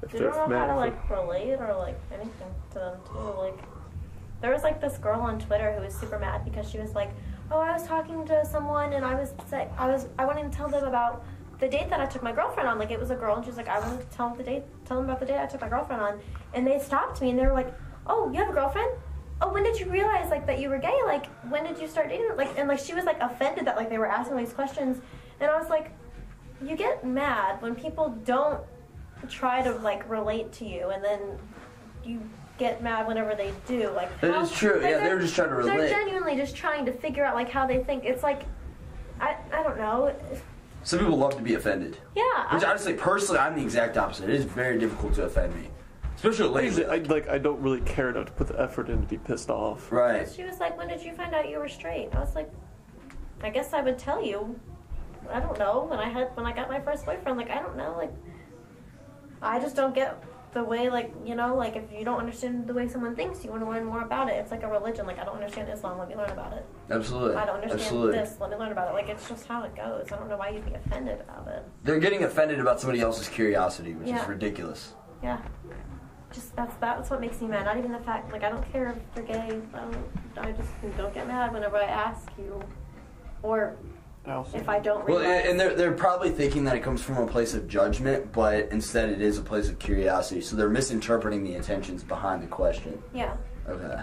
if Do you they're don't know man. how to or- like relate or like anything to them too? Like there was like this girl on Twitter who was super mad because she was like, "Oh, I was talking to someone and I was say, I was I wanted to tell them about the date that I took my girlfriend on. Like it was a girl and she was like, I wanted to tell the date, tell them about the date I took my girlfriend on, and they stopped me and they were like, "Oh, you have a girlfriend? Oh, when did you realize like that you were gay? Like when did you start dating? Like and like she was like offended that like they were asking all these questions, and I was like, you get mad when people don't try to like relate to you and then you get mad whenever they do like That how- is true. like, Yeah, they they're- were just trying to relate. they're genuinely just trying to figure out like how they think it's like i i don't know Some people love to be offended. yeah Which I- honestly, personally, I'm the exact opposite. It is very difficult to offend me, especially lately. Usually, I like I don't really care enough to put the effort in to be pissed off. right. she was like when did you find out you were straight i was like i guess i would tell you i don't know when i had when i got my first boyfriend like i don't know like i just don't get the way like you know like if you don't understand the way someone thinks, you want to learn more about it. It's like a religion. Like I don't understand Islam. Let me learn about it. Absolutely. I don't understand Absolutely. this. Let me learn about it. Like it's just how it goes. I don't know why you'd be offended about it. They're getting offended about somebody else's curiosity, which is Yeah. ridiculous. Yeah. Just that's that's what makes me mad. Not even the fact like I don't care if you're gay. I don't. I just don't get mad whenever I ask you, or if I don't. Well, Realize. and and they're, they're probably thinking that it comes from a place of judgment, but instead it is a place of curiosity. So they're misinterpreting the intentions behind the question. yeah. Okay.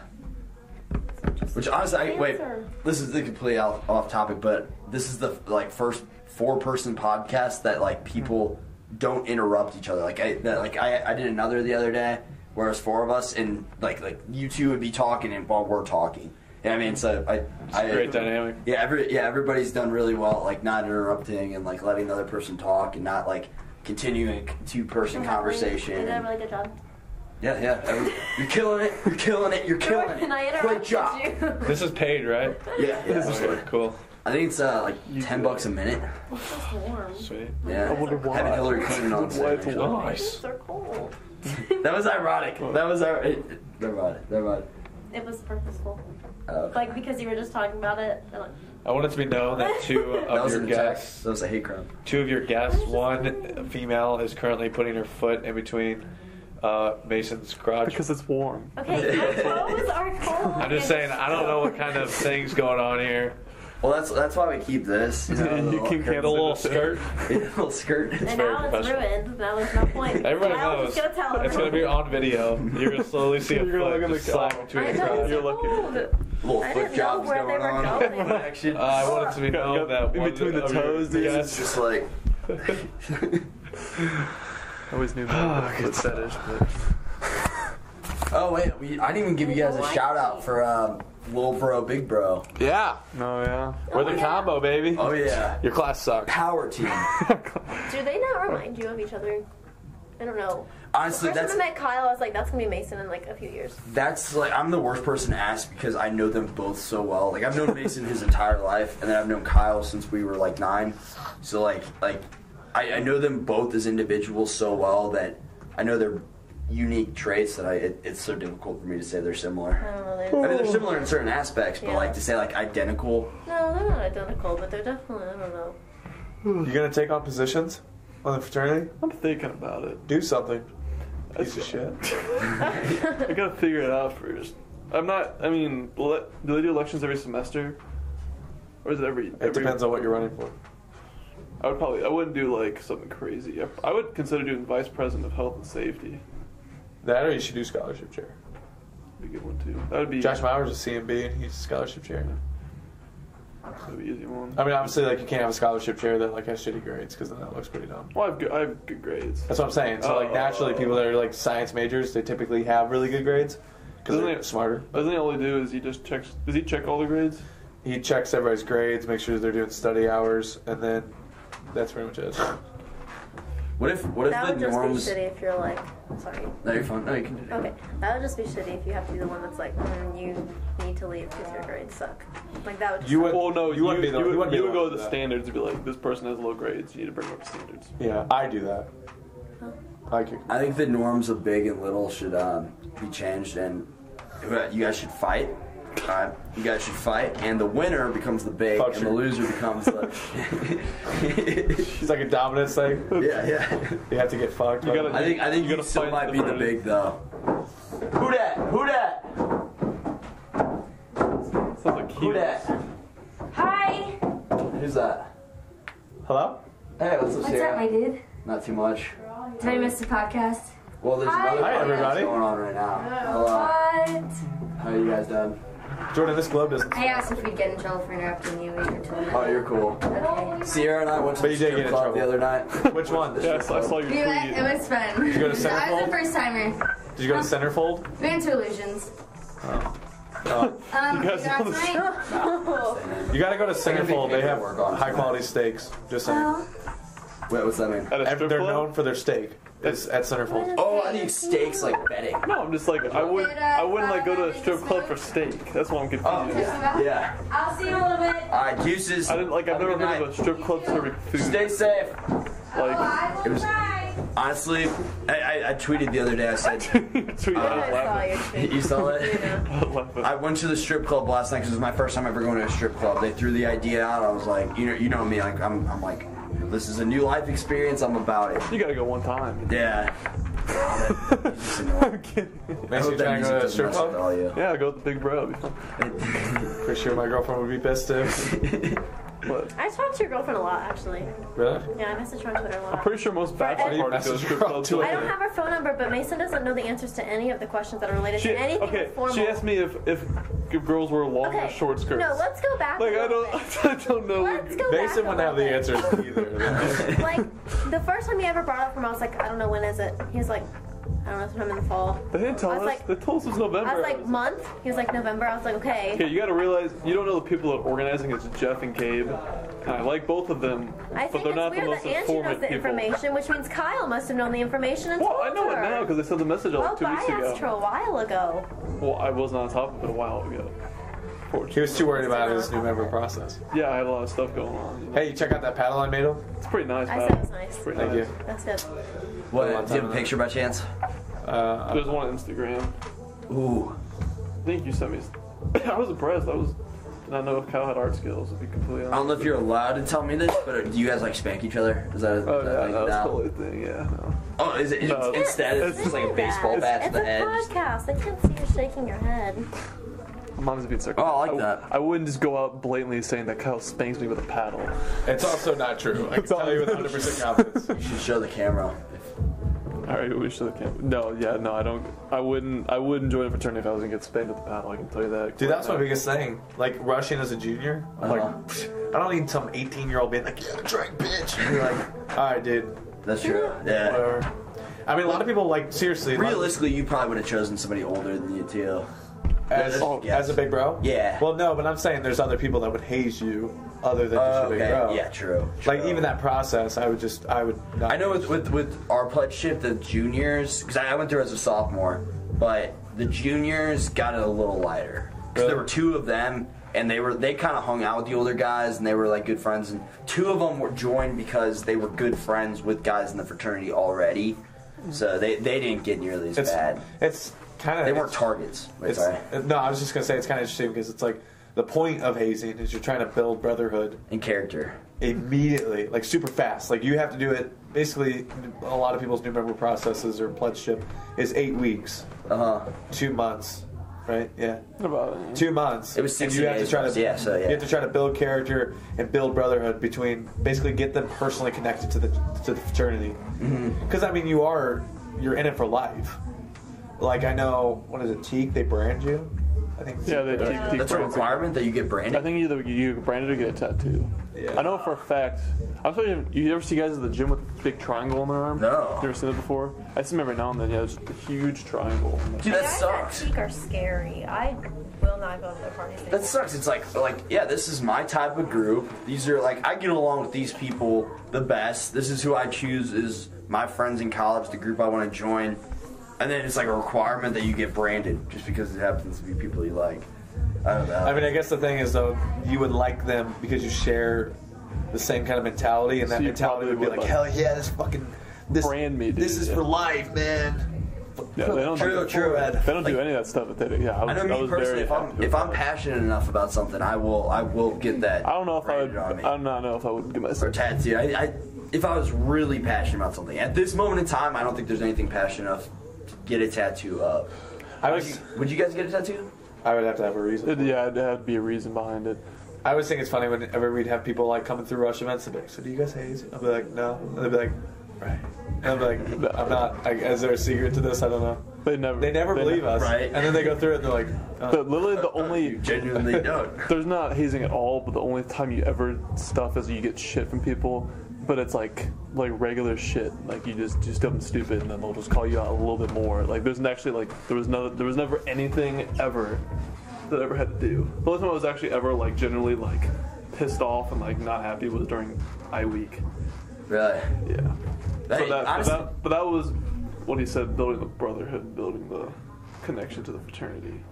Which honestly, I, wait, Answer. this is the completely off, off topic, but this is the like first four person podcast that like people don't interrupt each other. Like I that, like I, I did another the other day where it was four of us and like like you two would be talking and while we're talking. Yeah, I mean, so I, I Great dynamic. yeah, every yeah, everybody's done really well, at, like not interrupting and like letting the other person talk and not like continuing a two person conversation. You did a and- really good job. yeah, yeah, every- you're killing it, you're killing it, you're killing it. And I Great interrupted job. you. This is paid, right? Yeah, yeah. Okay, cool. I think it's uh, like ten bucks a minute. It's just warm. Sweet. Yeah, I wonder why. Having Hillary Clinton on Why it's stage. Oh, warm. These are cold. That was ironic. That was ir- it- it- Never mind. Never mind. It was purposeful. Uh, Like because you were just talking about it. and, like, I want it to be known that two that of was your an attack. guests, That was a hate crime. two of your guests, one female is currently putting her foot in between uh, Mason's crotch. Because it's warm. Okay, your toes are cold. I'm just saying, I don't know what kind of things going on here. Well, that's that's why we keep this. You, know, the You little- can The little skirt. the little skirt. And very now it's professional. ruined. Now there's no point. Everybody now I'm knows. just gonna tell It's gonna be everyone. on video. You're gonna slowly see a You're gonna foot look in just the slide car. between I the know crotch. it's You're lucky. cold. little I foot didn't jobs know where going they were on. going. Action. Uh, I want it to be known that In one between the of your toes, dude. it's guests- just like. I always knew Ah, that. It's fetish, but oh wait, we, I didn't even give you guys a shout out for um, little bro, big bro. Yeah, no, yeah. we're the yeah. combo, baby. Oh yeah, Your class sucks. power team. Do they not remind you of each other? I don't know. Honestly, First that's time I met Kyle, I was like, that's gonna be Mason in like a few years. That's like I'm the worst person to ask because I know them both so well. Like I've known Mason his entire life, and then I've known Kyle since we were like nine. So like like I, I know them both as individuals so well that I know their unique traits that I it, it's so difficult for me to say they're I similar. don't know. I They're, mean they're similar in certain aspects, but Yeah. like to say like identical. no, they're not identical, but they're definitely. I don't know. You gonna take on positions on the fraternity? I'm thinking about it. Do something. Piece That's- of shit. I gotta figure it out first. I'm not. I mean, le- do they do elections every semester, or is it every? It depends on what you're running for. I would probably. I wouldn't do like something crazy. I, I would consider doing vice president of health and safety. That or you should do scholarship chair. Be a good one too. That would be. Josh Myers is CMB and he's scholarship chair. That would be an easy one. I mean, obviously, like you can't have a scholarship chair that like has shitty grades because then that looks pretty dumb. well, I have good, I have good grades. That's what I'm saying. So like naturally, people that are like science majors, they typically have really good grades because Doesn't they're it- smarter. Doesn't he only do is he just checks? Does he check all the grades? He checks everybody's grades, makes sure they're doing study hours, and then that's pretty much it. What if what if That would the just norms? be shitty if you're like, sorry. No, you're fine. No, you can do it. Okay, that would just be shitty if you have to be the one that's like, mm, you need to leave because your grades suck. Like that would. Just You suck. would- Well, no, You wouldn't be the- you, you wouldn't be you the one would go for to the that. standards and be like, this person has low grades. You need to bring up standards. Yeah, I do that. I kick. I think the norms of big and little should um, be changed, and you guys should fight. Uh, you guys should fight, and the winner becomes the big, Fuck and the you. loser becomes the. It's like a dominance thing. yeah, yeah. You have to get fucked. You gotta- I think I think You you, gotta still fight might the be the winner. big though. Who dat? Who dat? Sounds like Who Keyless. dat? Hi! Who's that? Hello. Hey, what's up, What's up, my Sarah? dude? Not too much. Did I miss the podcast? Well, there's Hi. another Hi, podcast everybody. going on right now. Hello. What? How are you guys doing? Jordan, this globe doesn't. I asked if we'd get in trouble for interrupting you and you told me. Oh, you're cool. Okay. Sierra and I went to But the you did get strip in club the trouble. other night. Which one? Yeah, I saw, I saw your We tweet. went, it was fun. you go to I was Centerfold? the first timer. Did you go to centerfold? We went to Illusions. Oh. No. Um, You guys you know know tonight? You gotta go to centerfold. They have Work on high quality steaks. Just saying. Well, Wait, what's that mean? At a And strip they're club? known for their steak. It's at centerfold. Oh, I think steaks like betting. No, I'm just like I would. Did, uh, I wouldn't like go to a Father strip club for Matthews steak. That's why I'm confused. Oh, yeah. yeah. I'll see you in a little bit. All right, juices. I didn't like. I've Have a never good heard of night. a strip club serving food. Stay safe. Like Oh, I will was- try. honestly, I, I, I tweeted the other day. I said, Tweet Uh. I out saw loud. your tweet. "You saw it." Yeah. I went to the strip club last night 'cause it was my first time ever going to a strip club. They threw the idea out. I was like, you know, you know me. Like, I'm, I'm like, this is a new life experience. I'm about it. You gotta go one time. Yeah. Just annoying. I Makes hope that music you trying to go to a doesn't strip mess with club. all you. Yeah, go with the big bro. it'd be fun. Pretty sure my girlfriend would be pissed too. But I talk to your girlfriend a lot, actually. really? Yeah, I message her on Twitter a lot. I'm pretty sure most bachelor Friday. parties go to strip clubs. I I don't have her phone number, but Mason doesn't know the answers to any of the questions that are related She, to anything okay, formal. she asked me if, if if girls wear long or Okay, short skirts. No, let's go back. like a I little don't bit. I don't know. Let's go back. Mason a wouldn't have the little bit. answers either. Like the first time he ever brought it up, from I was like, I don't know when is it. He was like, I don't know, sometime in the fall. They didn't tell I us. was like- they told us it was November. I was like month. He was like November. I was like okay. okay, you gotta realize you don't know the people that are organizing. It's Jeff and Gabe. And I like both of them, I but think they're it's not the weird most that Angie knows informative the people. information, which means Kyle must have known the information and Well, told I know it her. now because they sent the message out Well, like two I weeks ago. asked her a while ago. Well, I wasn't on top of it a while ago. he was too worried about his new member process. Yeah, I had a lot of stuff going on. Hey, you check out that paddle I made him. It's pretty nice. I man. said it was nice. Pretty Thank nice. you. That's it. What? Do you have a picture by chance? Uh, There's one on Instagram. Ooh. I think you sent me. I was impressed. I was. And I know if Kyle had art skills, to be completely I don't honest. know if you're allowed to tell me this, but do you guys like spank each other? Is that? Oh is that yeah, like, no, it's now? totally a thing. Yeah. No. Oh, is it? No. Instead, it's just like a baseball bat to It's the a head. podcast. I can't see you shaking your head. Mom's being sarcastic. Oh, I like w- that. I wouldn't just go out blatantly saying that Kyle spanks me with a paddle. it's also not true. I can It's all- tell you with 100 percent confidence. You should show the camera. All right, we should camp. No, yeah, no, I don't. I wouldn't. I wouldn't join a fraternity if I was gonna get spanked with a paddle. I can tell you that. Dude, right that's my now. biggest thing. Like rushing as a junior, I'm Uh-huh. like, "Psh, I don't need some 18 year old being like, yeah, drink, bitch. And you're like, all right, dude, That's true. Yeah. whatever. I mean, a lot of people like seriously. like, Realistically, you probably would have chosen somebody older than you too. as, Oh, as a big bro. Yeah. Well, no, but I'm saying there's other people that would haze you other than just Uh, a big okay. bro. Yeah. True. Like True. even that process, I would just, I would. Not I know with with, with our pledge shift, the juniors, because I I went through as a sophomore, but the juniors got it a little lighter. 'Cause Really? there were two of them, and they were they kind of hung out with the older guys, and they were like good friends. And two of them were joined because they were good friends with guys in the fraternity already, so they they didn't get nearly as it's bad. it's kind of They weren't targets. Wait, It's, sorry. no, I was just gonna say it's kind of interesting because it's like the point of hazing is you're trying to build brotherhood In character. immediately, like super fast. Like you have to do it. Basically, a lot of people's new member processes or pledgeship is eight weeks, Uh huh. two months, right? Yeah, What about two months. It was And 60 you have to days, try to yeah, so, yeah. you have to try to build character and build brotherhood between basically get them personally connected to the to the fraternity. Mm-hmm. Because I mean, you are you're in it for life. Like I know, what is it? Teak? They brand you. I think. Yeah, they brand teak- teak That's a brands. requirement that you get I branded. think either you branded or get a tattoo. Yeah. I know for a fact. I'm sorry, you- you ever see guys at the gym with the big triangle on their arm? No. You ever seen that before? I just remember now and then, yeah, it's just a huge triangle. Dude, that guys sucks. that cheek are scary. I will not go to their parties. anymore. That sucks. It's like like yeah, this is my type of group. These are like I get along with these people the best. This is who I choose is my friends in college, the group I want to join. And then it's like a requirement that you get branded just because it happens to be people you like. I don't know. I mean, I guess the thing is though, you would like them because you share the same kind of mentality, and that you mentality probably would be would like, like- hell yeah, this fucking this Brand me, dude, This is yeah. for life, man. Yeah, they don't True, do, true, Ed. They don't do Like- any of that stuff. But they, yeah, I was, I know I me was personally. very If I'm happy if with I'm that. passionate enough about something, I will I will get that. I don't know if I branded would. on me. I do not know if I would get or myself. tattoo. I, I, if I was really passionate about something, at this moment in time, I don't think there's anything passionate enough to get a tattoo up. I Would was. you, would you guys get a tattoo? I would have to have a reason. It, yeah, it'd have to be a reason behind it. I always think it's funny whenever we'd have people like coming through rush events and be like, "So do you guys haze?" I'll be like, "No," and they'd be like, "Right." And I'm like, "No, "I'm not." Like, is there a secret to this? I don't know. They never. They never believe us, Right. And then they go through it and they're like, uh, But literally, the only Genuinely don't. there's not hazing at all. But the only time you ever stuff is you get shit from people. But it's like like regular shit. Like you just do something stupid, and then they'll just call you out a little bit more. Like there's actually like there was no there was never anything ever that I ever had to do. The only time I was actually ever like generally like pissed off and like not happy was during I week. Really? Yeah. Hey, But that, honestly, but that, but that was what he said: building the brotherhood, building the connection to the fraternity.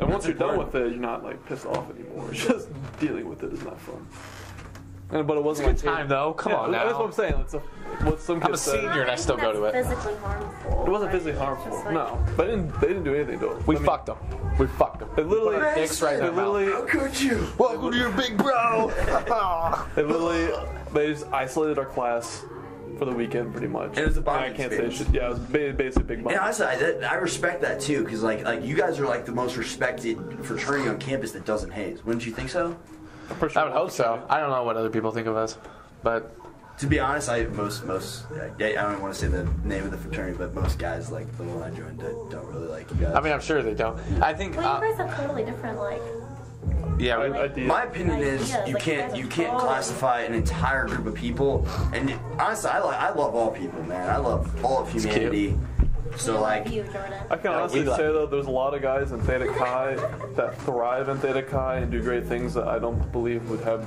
And once you're done with it, you're not like pissed off anymore. Just dealing with it is not fun. And, but it wasn't Good like time though. Come Yeah, on now. that's what I'm saying. That's a, what some I'm a kids said. senior and I still go to it. Physically harmful. It right? wasn't physically harmful. Just like- No, they didn't. They dicks didn't do anything to him. We fucked them. We fucked them. It literally, Put our dicks right in they their mouth. literally, How could you? Welcome to your big bro. they literally, they just isolated our class for the weekend, pretty much. It was a bonding I can't say experience. shit. Yeah, it was ba- basically a big And bond. honestly, I, that, I respect that too, because like like you guys are like the most respected fraternity on campus that doesn't haze. Wouldn't you think so? I'm pretty sure I would hope so. I don't know what other people think of us, but To be honest, I most most I, I don't want to say the name of the fraternity, but most guys like the one I joined don't don't really like you guys. I mean, I'm sure they don't. I think, Well, you uh, guys have totally different, like, yeah, we, I, I did. My opinion is Ideas, you like, can't that's you can't all. classify an entire group of people. And it- honestly, I like I love all people, man. I love all of cute. humanity. So like, you, Jordan. I can Yeah, honestly we like- say though, there's a lot of guys in Theta Chi that thrive in Theta Chi and do great things that I don't believe would have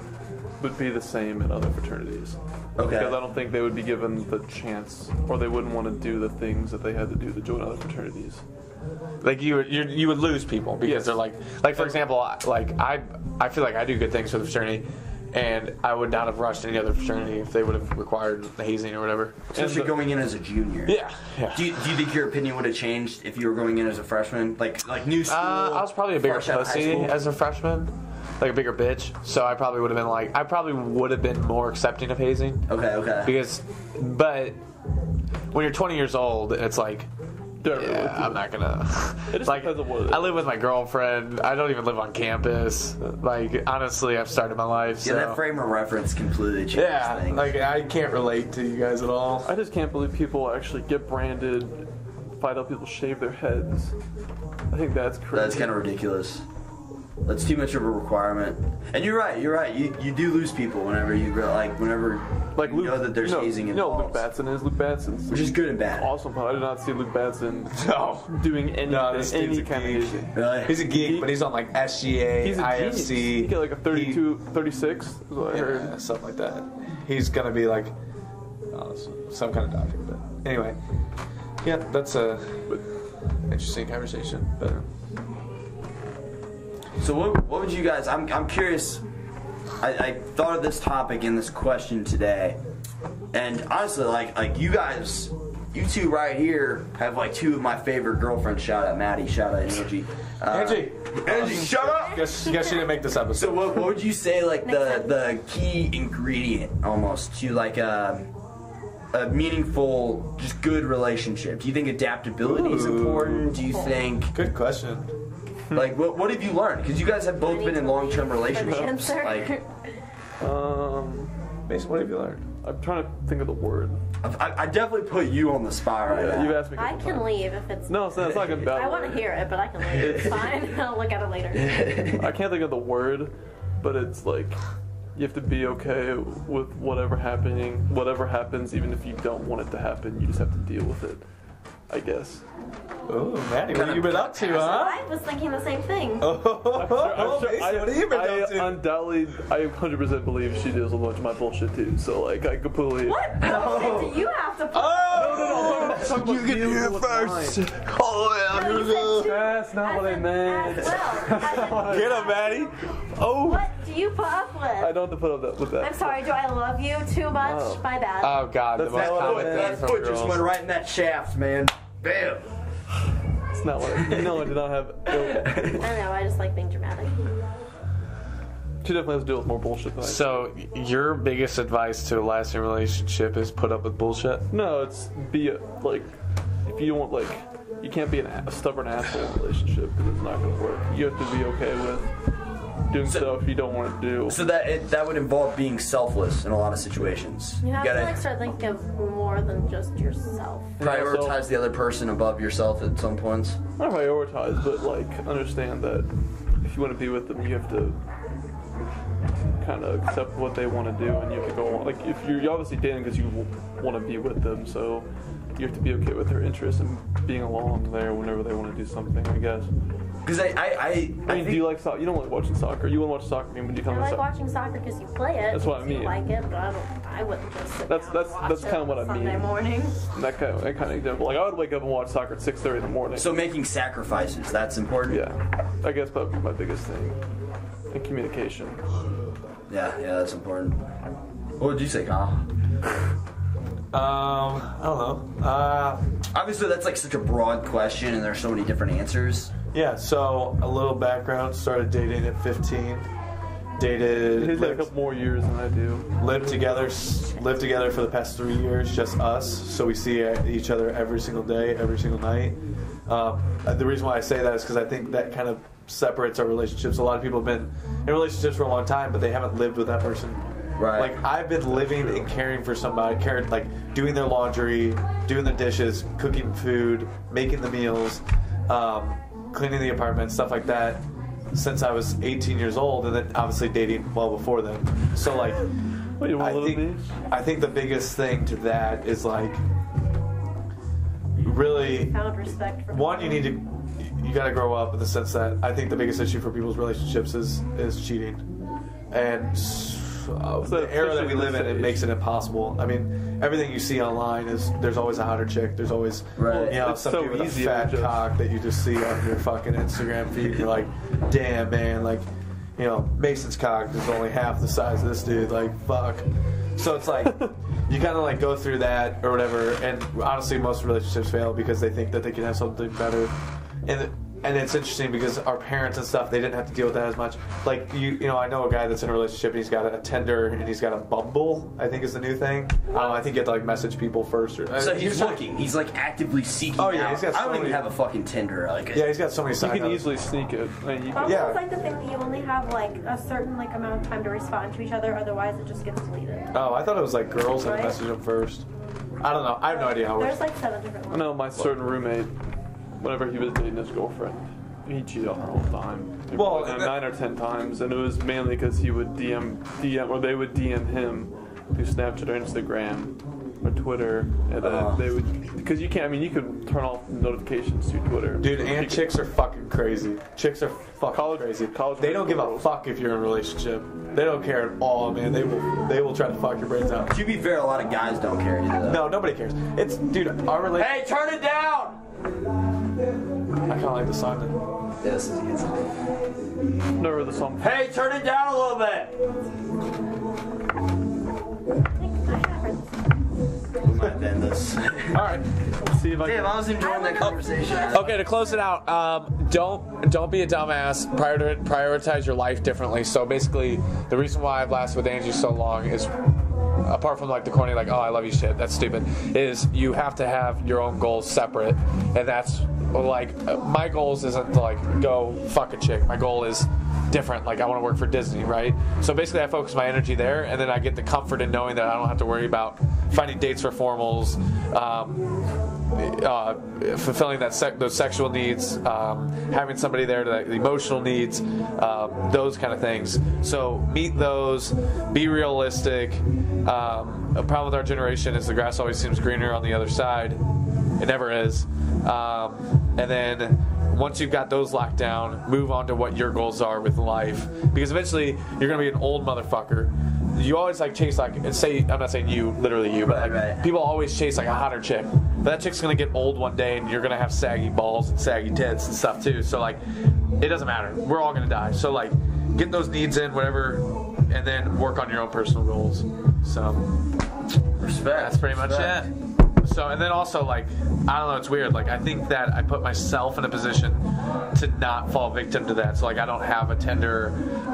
would be the same in other fraternities. Okay. Because I don't think they would be given the chance, or they wouldn't want to do the things that they had to do to join other fraternities. like you, you, you would lose people because Yes. they're like, like for example, I- like I, I feel like I do good things for the fraternity, and I would not have rushed any other fraternity if they would have required hazing or whatever. especially going in as a junior. Yeah, yeah. Do you, do you think your opinion would have changed if you were going in as a freshman, like like new school? Uh, I was probably a bigger fresh out of high pussy school? as a freshman, like a bigger bitch. So I probably would have been like, I probably would have been more accepting of hazing. okay, okay. because but when you're 20 years old it's like They're really yeah, I'm not gonna. It just depends on what it I live with my girlfriend. I don't even live on campus. Like honestly, I've started my life. yeah, So. that frame of reference completely changed Yeah, things. like I can't relate to you guys at all. I just can't believe people actually get branded. Find out people shave their heads. I think that's crazy. That's kind of ridiculous. That's too much of a requirement. And you're right. You're right. You, you do lose people whenever you re- like whenever like you Luke, know that there's no, hazing You know, Luke involved, Batson is Luke Batson's which is good and bad. awesome. but I did not see Luke Batson No, doing anything, no, this dude's any a kind geek. of hazing. Really? He's a geek, but he's on like SGA, He's a IFC. genius. He got like a 32, 36. Is what I Yeah, heard. something like that. He's gonna be like uh, some- some kind of doctor. But anyway, yeah, that's a interesting conversation. But So what, what would you guys? I'm, I'm curious. I, I thought of this topic and this question today, and honestly, like like you guys, you two right here have like two of my favorite girlfriends. Shout out Maddie. Shout out Angie. Uh, Angie, Angie, shut up. guess guess she didn't make this So episode. what, what would you say like the Next time. the key ingredient almost to like a a meaningful, just good relationship? Do you think adaptability is Ooh. important? Do you think Good question. like what what have you learned? Because you guys have both been in long term relationships. relationships. Like. Um, Mason, what have you learned? I'm trying to think of the word. I, I definitely put you on the spot right now. you asked me. a I couple can times. leave if it's. No, it's not, it's not gonna be a bad I want to word. hear it, but I can leave. It's fine. I'll look at it later. I can't think of the word, but it's like you have to be okay with whatever happening, whatever happens, even if you don't want it to happen, you just have to deal with it. I guess. Oh, Maddie, what have you been up to, huh? I was thinking the same thing. I'm sure- I'm Oh, sure- Mason, what have you been I, up I to? undoubtedly, I 100% believe she deals with a bunch of my bullshit too. So like, I completely. What bullshit do you have to put? Oh, You get here first. You said two That's not what I as meant. As well. As in, get up, Maddie. Oh, What do you put up with? I don't have to put up that- with that. I'm sorry. Do I love you too much? No. My bad. Oh God, the That's most not common what it thing is. from foot just went girls. right in that shaft, man. Bam. It's not what. I, no, I did not have. no. I don't know. I just like being dramatic. She definitely has to deal with more bullshit than I. do. So your biggest advice to a lasting relationship is put up with bullshit. No, it's be a, like, if you don't like, you can't be an, a stubborn asshole in a relationship because it's not gonna work. You have to be okay with doing stuff you don't want to do. So that it, that would involve being selfless in a lot of situations. You You have gotta to like start thinking of more than just yourself. prioritize the other person above yourself at some points. Not prioritize, but like understand that if you want to be with them, you have to kind of accept what they want to do, and you have to go on. Like, if you're, you're obviously dating because you want to be with them, so you have to be okay with their interests and being along there whenever they want to do something. I guess. Because I I I, I mean, do you like soccer? You don't like watching soccer. You want to watch soccer game, but you I kind of like watching soccer because you play it. That's what I 'cause You mean. like it, but I don't. I wouldn't just sit That's- down that's- and watch that's it kinda what I Sunday mean. morning. That kind of, that kind of example. Like I would wake up and watch soccer at six thirty in the morning. so making sacrifices that's important. yeah, I guess that would be my biggest thing. And communication. Yeah, yeah, that's important. What would you say, Kyle? Um, I don't know. Uh, Obviously, that's like such a broad question, and there's so many different answers. yeah. So a little background. Started dating at 15. Dated. He's got a lived- couple more years than I do. lived together lived together for the past three years just us so we see each other every single day every single night um, the reason why i say that is because i think that kind of separates our relationships a lot of people have been in relationships for a long time but they haven't lived with that person Right. like i've been living and caring for somebody caring like doing their laundry doing the dishes cooking food making the meals um, cleaning the apartment stuff like that since i was 18 years old and then obviously dating well before then so like What, you want I a little think, bit? I think the biggest thing to that is like really Found respect for one you need to you got to grow up in the sense that I think the biggest issue for people's relationships is is cheating and s- uh, the era that we live in it makes it impossible I mean everything you see online is there's always a hotter chick there's always Right. you know It's some so dude with easy a to fat just- cock that you just see on your fucking Instagram feed and you're like damn man like you know Mason's cock is only half the size of this dude like fuck so it's like you kind of like go through that or whatever and honestly most relationships fail because they think that they can have something better and and it's interesting because our parents and stuff they didn't have to deal with that as much like you you know i know a guy that's in a relationship and he's got a tinder and he's got a bumble i think is the new thing i don't know i think you have to like message people first or So uh, he's trying- looking. He's like actively seeking. Oh, yeah, out. he's got I so don't even many- have a fucking Tinder. Like, yeah he's got so many You side can hustles. easily sneak it. Like, you can, Bumble Yeah. is like the thing that you only have like a certain like amount of time to respond to each other, otherwise it just gets deleted. oh i thought it was like girls that Right? message them first i don't know i have no idea how it There's works like seven different I ones. know my certain roommate, whenever he was dating his girlfriend, he cheated on her all the time. He Well, probably done that- nine or ten times, and it was mainly because he would DM, DM, or they would DM him through Snapchat or Instagram or Twitter, and then Uh. they would because you can't. I mean, you can turn off notifications to Twitter, Dude, You and could- chicks are fucking crazy. Chicks are fucking College- crazy. college they don't give a girls. fuck if you're in a relationship. They don't care at all, man. They will they will try to fuck your brains out. To be fair, a lot of guys don't care either. Though. No, nobody cares. It's dude, our relationship. Hey, turn it down. I kind of like the song. Yeah, this is easy. Whenever the song. Hey, turn it down a little bit. I think I have heard this. We might have to end this. All right. See if I Damn, can. I was enjoying that conversation. Okay, to close it out, um, don't don't be a dumbass. Prior- prioritize your life differently. So basically, the reason why I've lasted with Angie so long is, apart from like the corny, like oh I love you shit, that's stupid. Is you have to have your own goals separate, and that's like uh, my goals isn't to like go fuck a chick. My goal is different. Like I want to work for Disney, right? So basically, I focus my energy there, and then I get the comfort in knowing that I don't have to worry about finding dates for formals. Um, uh, fulfilling that sec- those sexual needs, um, having somebody there to the emotional needs, um, those kind of things. So meet those, be realistic. Um, a problem with our generation is the grass always seems greener on the other side. It never is. Um, and then once you've got those locked down, move on to what your goals are with life. Because eventually you're going to be an old motherfucker. You always like chase like and say I'm not saying you literally you, but Right, like right. people always chase like a hotter chick. But that chick's gonna get old one day, and you're gonna have saggy balls and saggy tits and stuff too. So like, it doesn't matter. We're all gonna die. So like, get those needs in, whatever, and then work on your own personal goals. So Respect. that's pretty much it. So and then also like, I don't know, it's weird. Like I think that I put myself in a position to not fall victim to that. So like, I don't have a Tinder,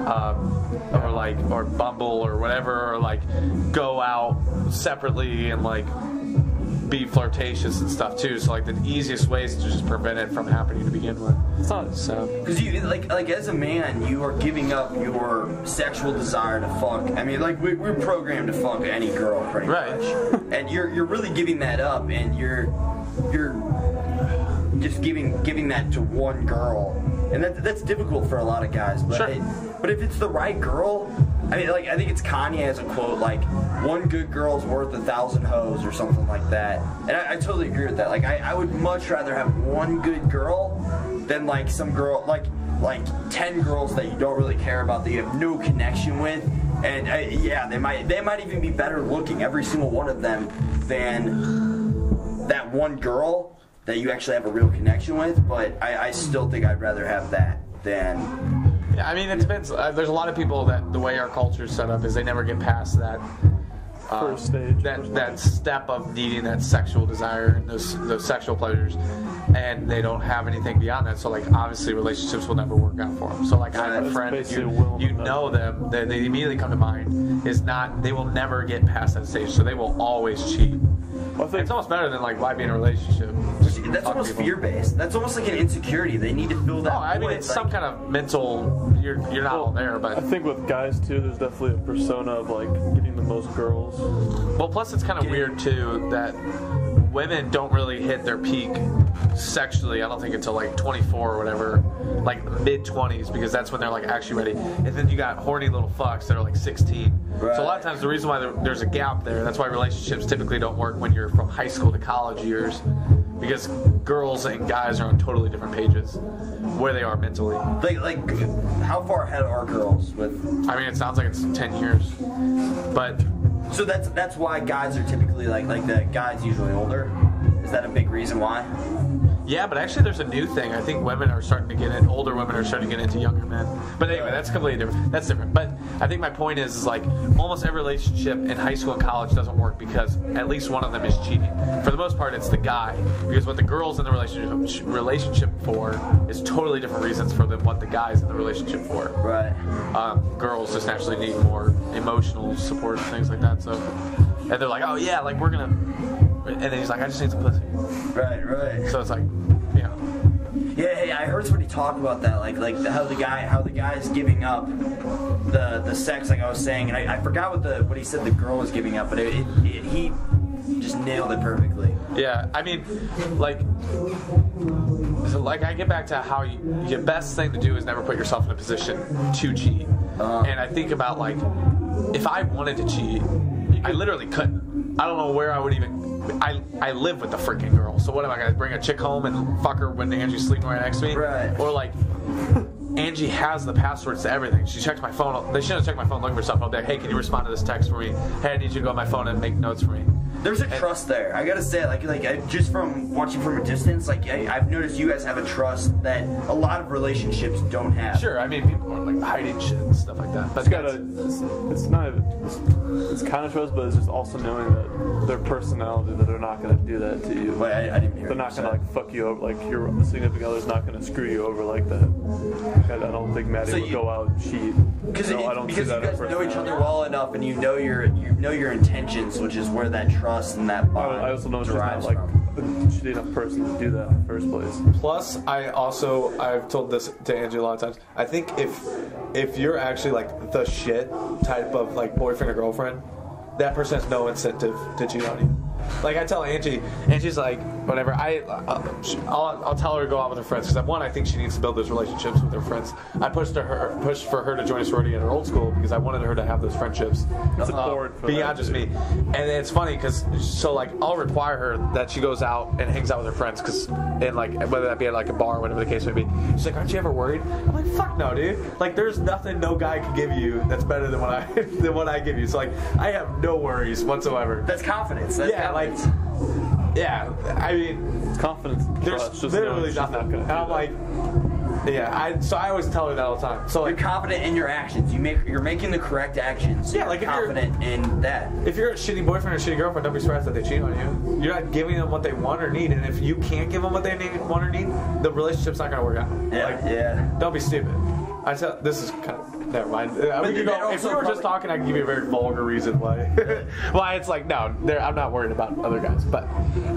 um, or like or Bumble or whatever, or like go out separately and like be flirtatious and stuff too. So like the easiest way is to just prevent it from happening to begin with. It's not. So Because you like like as a man, you are giving up your sexual desire to fuck. I mean, like we, we're programmed to fuck any girl, pretty Right. much. And you're you're really giving that up, and you're you're just giving giving that to one girl, and that that's difficult for a lot of guys. But Sure. it, but if it's the right girl, I mean, like I think it's Kanye has a quote like, "One good girl's worth a thousand hoes" or something like that. And I, I totally agree with that. Like I, I would much rather have one good girl than like some girl like like ten girls that you don't really care about that you have no connection with. And uh, yeah, they might they might even be better looking every single one of them than that one girl that you actually have a real connection with, but I, I still think I'd rather have that than Yeah, I mean, it's been. Uh, there's a lot of people that the way our culture is set up is they never get past that uh, First stage. that that step of needing that sexual desire, and those those sexual pleasures, and they don't have anything beyond that. So like, obviously, relationships will never work out for them. So like, I have a That's friend basically you, Will you Nutter. know them, they, they immediately come to mind. Is not they will never get past that stage, so they will always cheat. Well, I think It's almost better than like why be in a relationship. Just That's fuck almost people. fear based. That's almost like an insecurity. They need to fill that. Oh, I mean, void, it's like- some kind of mental. You're you're not all there, I but think with guys too, there's definitely a persona of like getting the most girls. well, plus it's kind of weird too that women don't really hit their peak sexually. I don't think until like 24 or whatever, like mid 20s, because that's when they're like actually ready. And then you got horny little fucks that are like 16. So a lot Right. of times the reason why there, there's a gap there, that's why relationships typically don't work when you're from high school to college years, because girls and guys are on totally different pages where they are mentally. Like, like, how far ahead are girls with? I mean, it sounds like it's 10 years, but. So that's that's why guys are typically like like the guys usually older. Is that a big reason why? Yeah, but actually, there's a new thing. I think women are starting to get in. Older women are starting to get into younger men. But anyway, that's completely different. That's different. But I think my point is, is like almost every relationship in high school and college doesn't work because at least one of them is cheating. For the most part, it's the guy because what the girls in the relationship relationship for is totally different reasons for than what the guys in the relationship for. Right. Um, girls just naturally need more emotional support and things like that. So, and they're like, oh yeah, like we're gonna. And then he's like, I just need some pussy. Right. Right. So it's like, you know. Yeah, hey, I heard somebody talk about that, like like the, how the guy how the guy is giving up the the sex, like I was saying, and I, I forgot what the what he said the girl was giving up, but it, it, it, he just nailed it perfectly. Yeah, I mean, like, so, like I get back to how you, your best thing to do is never put yourself in a position to cheat. and I think about like, if I wanted to cheat, I literally couldn't. I don't know where I would even. I I live with the freaking girl, so what am I gonna bring a chick home and fuck her when Angie's sleeping right next to me? Right. Or like. Angie has the passwords to everything. She checks my phone. They should have checked my phone looking for something. I'll be like, hey, can you respond to this text for me? Hey, I need you to go on my phone and make notes for me. There's a trust there. I gotta say, like like I, just from watching from a distance, like I, I've noticed you guys have a trust that a lot of relationships don't have. Sure, I mean people are like hiding shit and stuff like that. But It's got a. It's, it's not. It's, it's kind of trust, but it's just also knowing that their personality that they're not gonna do that to you. Wait, I, I didn't hear. what they're you not said. gonna like fuck you over. Like your significant other's not gonna screw you over like that. Like, I, I don't think Maddie So would you- go out and cheat. Because No, it- I don't see because you that in guys know each personality. other well enough, and you know your you know your intentions, which is where that trust and that I, bond I also know she's not derives like from. she did enough person to do that in the first place. Plus, I also I've told this to Angie a lot of times. I think if if you're actually like the shit type of like boyfriend or girlfriend, that person has no incentive to cheat on you. Like I tell Angie, Angie's like whatever. I uh, she- I'll, I'll tell her to go out with her friends because one, I think she needs to build those relationships with her friends. I pushed to her pushed for her to join a sorority at her old school because I wanted her to have those friendships It's uh, important for beyond that, just too. me. And it's funny because so like I'll require her that she goes out and hangs out with her friends because and like whether that be at like a bar or whatever the case may be. She's like, aren't you ever worried? I'm like, fuck no, dude. Like there's nothing no guy can give you that's better than what I than what I give you. So like I have no worries whatsoever. That's confidence. That's Yeah, like confidence. yeah. I mean, It's confidence. and there's trust, just knowing literally she's nothing. not gonna. and do I'm that. like, yeah. I so I always tell her that all the time. So You're like. confident in your actions. You make you're making the correct actions. Yeah, You're like, if you're- confident in that. If you're a shitty boyfriend or shitty girlfriend, don't be surprised that they cheat on you. You're not giving them what they want or need, and if you can't give them what they need, want or need, the relationship's not gonna work out. Yeah, Like, yeah. Don't be stupid. I tell this is kind of never mind. Uh, we could that go, if also we were probably- just talking, I could give you a very vulgar reason why. why it's like no, they're- I'm not worried about other guys. But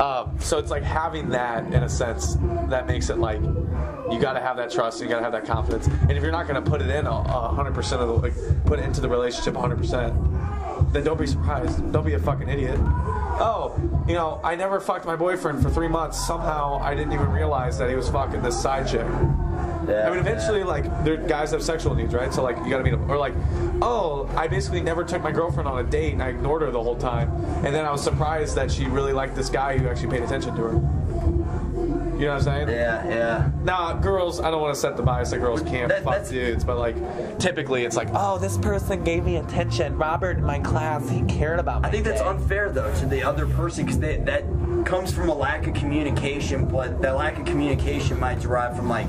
um, so it's like having that in a sense that makes it like you got to have that trust, you got to have that confidence, and if you're not going to put it in a a hundred percent of the like put it into the relationship a hundred percent, then don't be surprised. Don't be a fucking idiot. Oh, you know, I never fucked my boyfriend for three months. Somehow, I didn't even realize that he was fucking this side chick. yeah. I mean, eventually, like, there guys have sexual needs, right? So, like, you gotta meet them. Or, like, oh, I basically never took my girlfriend on a date and I ignored her the whole time. And then I was surprised that she really liked this guy who actually paid attention to her. You know what I'm saying? Yeah, yeah. Now, girls, I don't wanna set the bias that girls can't That- fuck that's- dudes, but, like, typically it's like, oh, this person gave me attention. Robert in my class, he cared about me. I think that's unfair though to the other person because that comes from a lack of communication. But that lack of communication might derive from like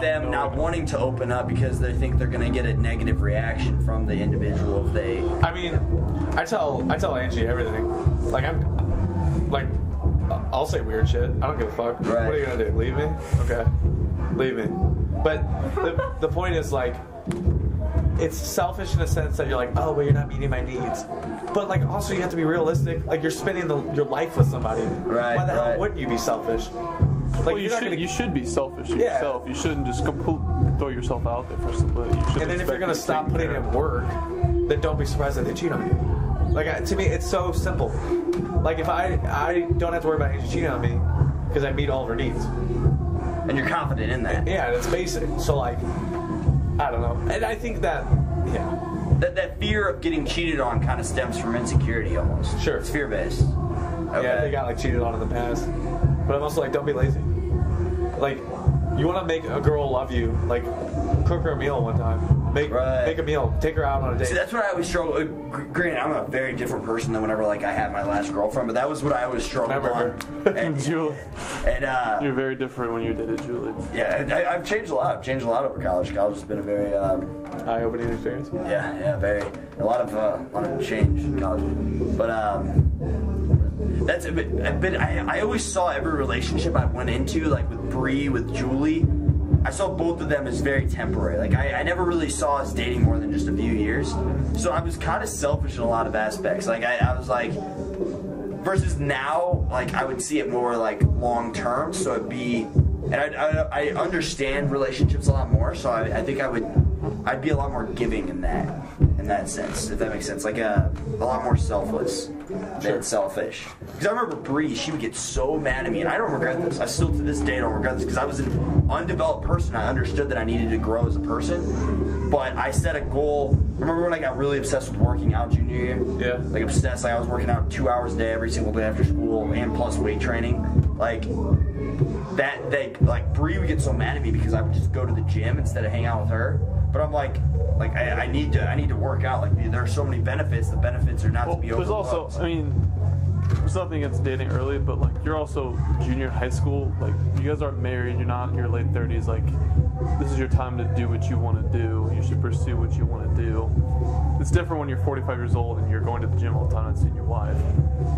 them not wanting to open up because they think they're going to get a negative reaction from the individual if they. I mean, I tell I tell Angie everything. Like I'm, like I'll say weird shit. I don't give a fuck. Right. What are you gonna do? Leave me? Okay, leave me. But the the point is like. It's selfish in a sense that you're like, oh, well, you're not meeting my needs, but like also you have to be realistic. Like you're spending the, your life with somebody. Right, Why the hell right. wouldn't you be selfish? Like well, you you're not should, gonna you should be selfish to Yeah. yourself. You shouldn't just complete, throw yourself out there for somebody. You should And then if you're expect gonna to be stop taken putting care in of. work, then don't be surprised that they cheat on you. Like I- to me, it's so simple. Like if I I don't have to worry about Angie cheating on me because I meet all of her needs. And you're confident in that. Yeah, that's basic. So like, I don't know. And I think that yeah, That, that fear of getting cheated on kind of stems from insecurity almost. Sure. It's fear based. Okay. yeah, they got like cheated on in the past. But I'm also like, don't be lazy. Like, you want to make a girl love you. Like, cook her a meal one time. Make Right. make a meal. Take her out on a date. See, that's what I always struggle. uh, gr- Granted, I'm a very different person than whenever like I had my last girlfriend, but that was what I always struggled Remember on. And, Julie, and uh, you're very different when you did it, Julie. yeah, and I, I've changed a lot. I've changed a lot over college. College has been a very, um, Eye-opening experience. yeah, yeah, very a lot of uh, a lot of change in college. But um, that's a bit. A bit I, I always saw every relationship I went into, like with Bree, with Julie. I saw both of them as very temporary. Like I, I never really saw us dating more than just a few years. So I was kind of selfish in a lot of aspects. Like I, I was like, versus now, like I would see it more like long term. So it'd be, and I, I, I understand relationships a lot more. So I, I think I would, I'd be a lot more giving in that, in that sense, if that makes sense. Like a, a lot more selfless than selfish. Because I remember Bree, she would get so mad at me, and I don't regret this. I still to this day don't regret this because I was an undeveloped person. I understood that I needed to grow as a person, but I set a goal. Remember when I got really obsessed with working out junior year? Yeah. like obsessed. Like I was working out two hours a day every single day after school, and plus weight training. Like that, they like Bree would get so mad at me because I would just go to the gym instead of hang out with her. But I'm like, like I, I need to, I need to work out. Like there are so many benefits. The benefits are not Well, to be there's overlooked. also, I mean, there's nothing against dating early, but like you're also junior in high school. Like you guys aren't married. You're not in your late 30s. Like this is your time to do what you want to do. You should pursue what you want to do. It's different when you're 45 years old and you're going to the gym all the time and seeing your wife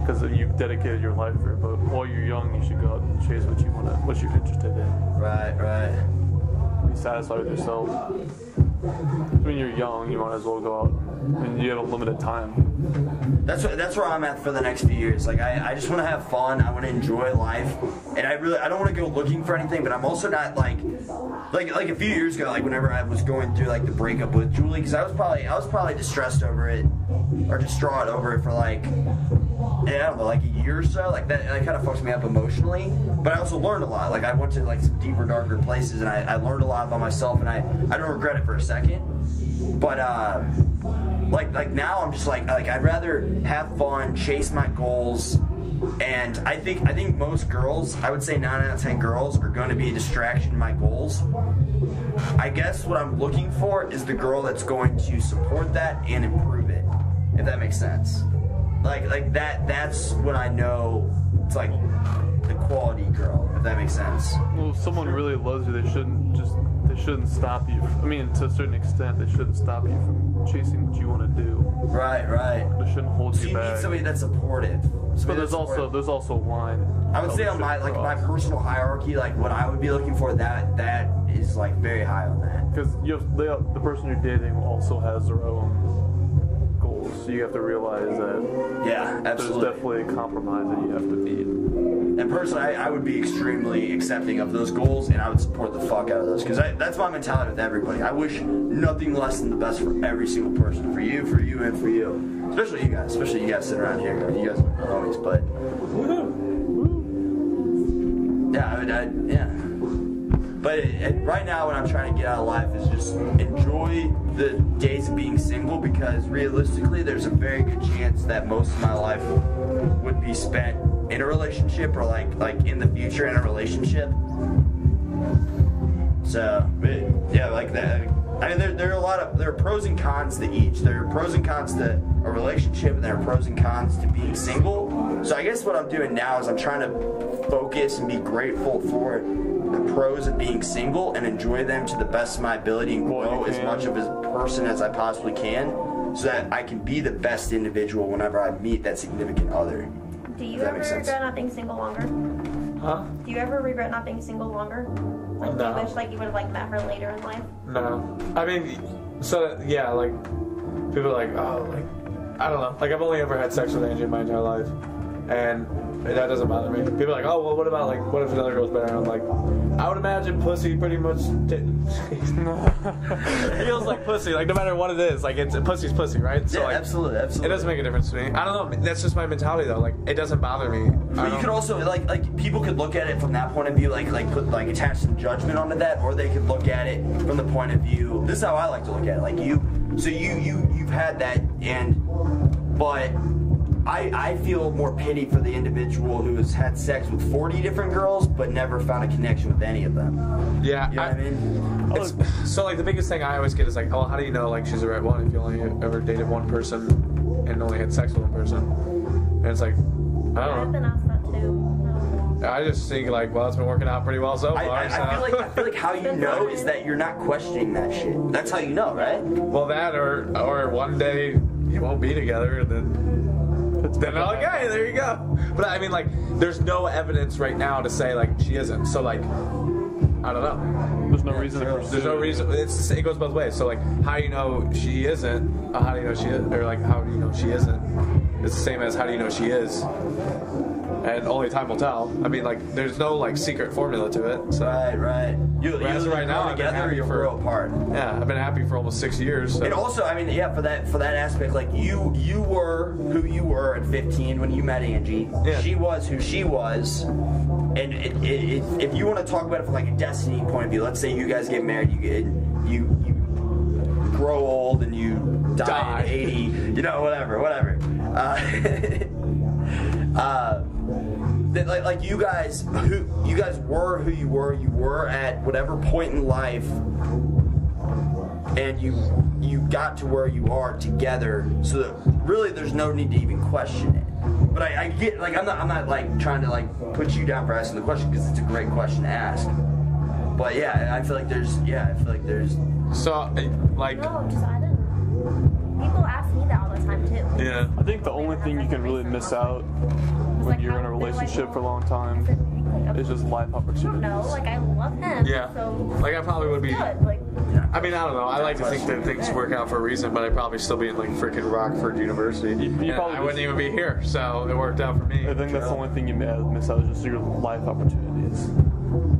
because you've dedicated your life for it. But while you're young, you should go out and chase what you want to, what you're interested in. right, right. Be satisfied with yourself. When you're young, you might as well go out. and you have a limited time. That's what, that's where I'm at for the next few years. Like I, I just want to have fun. I want to enjoy life, and I really I don't want to go looking for anything. But I'm also not like like like a few years ago, like whenever I was going through like the breakup with Julie, because I was probably I was probably distressed over it or distraught over it for like yeah, I don't know, like a year or so. Like that, that kind of fucks me up emotionally. But I also learned a lot. Like I went to like some deeper, darker places, and I, I learned a lot about myself, and I I don't regret it for a second. But uh like like now I'm just like like I'd rather have fun, chase my goals, and I think I think most girls, I would say nine out of ten girls, are going to be a distraction to my goals. I guess what I'm looking for is the girl that's going to support that and improve it, if that makes sense. Like like that that's when I know it's like the quality girl, if that makes sense. Well, if someone really loves you, they shouldn't just they shouldn't stop you. I mean, to a certain extent, they shouldn't stop you from chasing what you want to do. Right, right. They shouldn't hold So you you need back. somebody that's supportive. but Somebody there's that's also supportive. there's also a line. I would say on my like my personal hierarchy, like what I would be looking for, that that is like very high on that. because you have, they, the person you're dating also has their own goals, so you have to realize that Yeah, there's absolutely. definitely a compromise that you have to meet. And personally, I, I would be extremely accepting of those goals, and I would support the fuck out of those because that's my mentality with everybody. I wish nothing less than the best for every single person, for you, for you, and for you. Especially you guys, especially you guys sitting around here. You guys are homies, but yeah, I would, I, yeah. But it, it, right now, what I'm trying to get out of life is just enjoy the days of being single because realistically, there's a very good chance that most of my life would be spent in a relationship or like like in the future in a relationship. So it, yeah, like that. I mean, there, there are a lot of there are pros and cons to each. There are pros and cons to a relationship, and there are pros and cons to being single. So I guess what I'm doing now is I'm trying to focus and be grateful for the pros of being single and enjoy them to the best of my ability and Well, you grow as can. much of a person as I possibly can so that I can be the best individual whenever I meet that significant other. Do you Does that ever make sense? regret not being single longer? Do Huh? you ever regret not being single longer? Like No. you wish like you would have like met her later in life? No. I mean, so yeah, like people are like, oh, like I don't know. Like I've only ever had sex with Angie my entire life, and that doesn't bother me. People are like, oh, well, what about like what if another girl's better? And I'm like, I would imagine pussy pretty much t- feels like pussy. Like no matter what it is, like it's pussy's pussy, right? Yeah, like, absolutely, absolutely. It doesn't make a difference to me. I don't know. That's just my mentality though. Like it doesn't bother me. I But you don't- could also like like people could look at it from that point of view, like like put like attach some judgment onto that, or they could look at it from the point of view. This is how I like to look at it. Like you, so you you you've had that, and but I I feel more pity for the individual who has had sex with forty different girls but never found a connection with any of them. yeah. You know what I mean? It's- so like the biggest thing I always get is like, oh, how do you know like she's the right one if you only ever dated one person and only had sex with one person? And it's like, I I've don't been know. asked that too. No. I just think like, well, it's been working out pretty well so I, far. I, I feel so- like I feel like how you know is that you're not questioning that shit. That's how you know, right? well, that or or one day you won't be together and then. Then I'm like, hey, there you go. But I mean, like, there's no evidence right now to say like she isn't. So like, I don't know. There's no reason to pursue There's no it. reason. It's, it goes both ways. So like, how do you know she isn't? Uh, how do you know she is? Or like, how do you know she isn't? It's the same as how do you know she is? And only time will tell. I mean, like, there's no like secret formula to it. So Right, right. You, Whereas you right now, I've been together, or happy you for- grow apart. yeah, I've been happy for almost six years. So. And also, I mean, yeah, for that for that aspect, like you you were who you were at 15 when you met Angie. Yeah. She was who she was. And it, it, it, if you want to talk about it from like a destiny point of view, let's say you guys get married, you get you you grow old and you die, Die. at 80, you know, whatever, whatever. Uh, uh, that like, like you guys who you guys were who you were, you were at whatever point in life and you you got to where you are together so that really there's no need to even question it but i, I get like i'm not i'm not like trying to like put you down for asking the question because it's a great question to ask but yeah i feel like there's yeah i feel like there's So, I- like, No, just I didn't. People ask me that all the time too. yeah. I think the only thing you can really miss out It's when like, you're in a how- they're like, relationship for a well, long is time it- like, is just life I don't know. opportunities. Like I love him. Yeah. So Like, I probably would be. good. Like I mean, I don't know. I like to think that things work out for a reason, but I'd probably still be in like freaking Rockford University. You- you And probably I wouldn't just- even be here, so it worked out for me. I think that's the only thing you may miss out is just your life opportunities.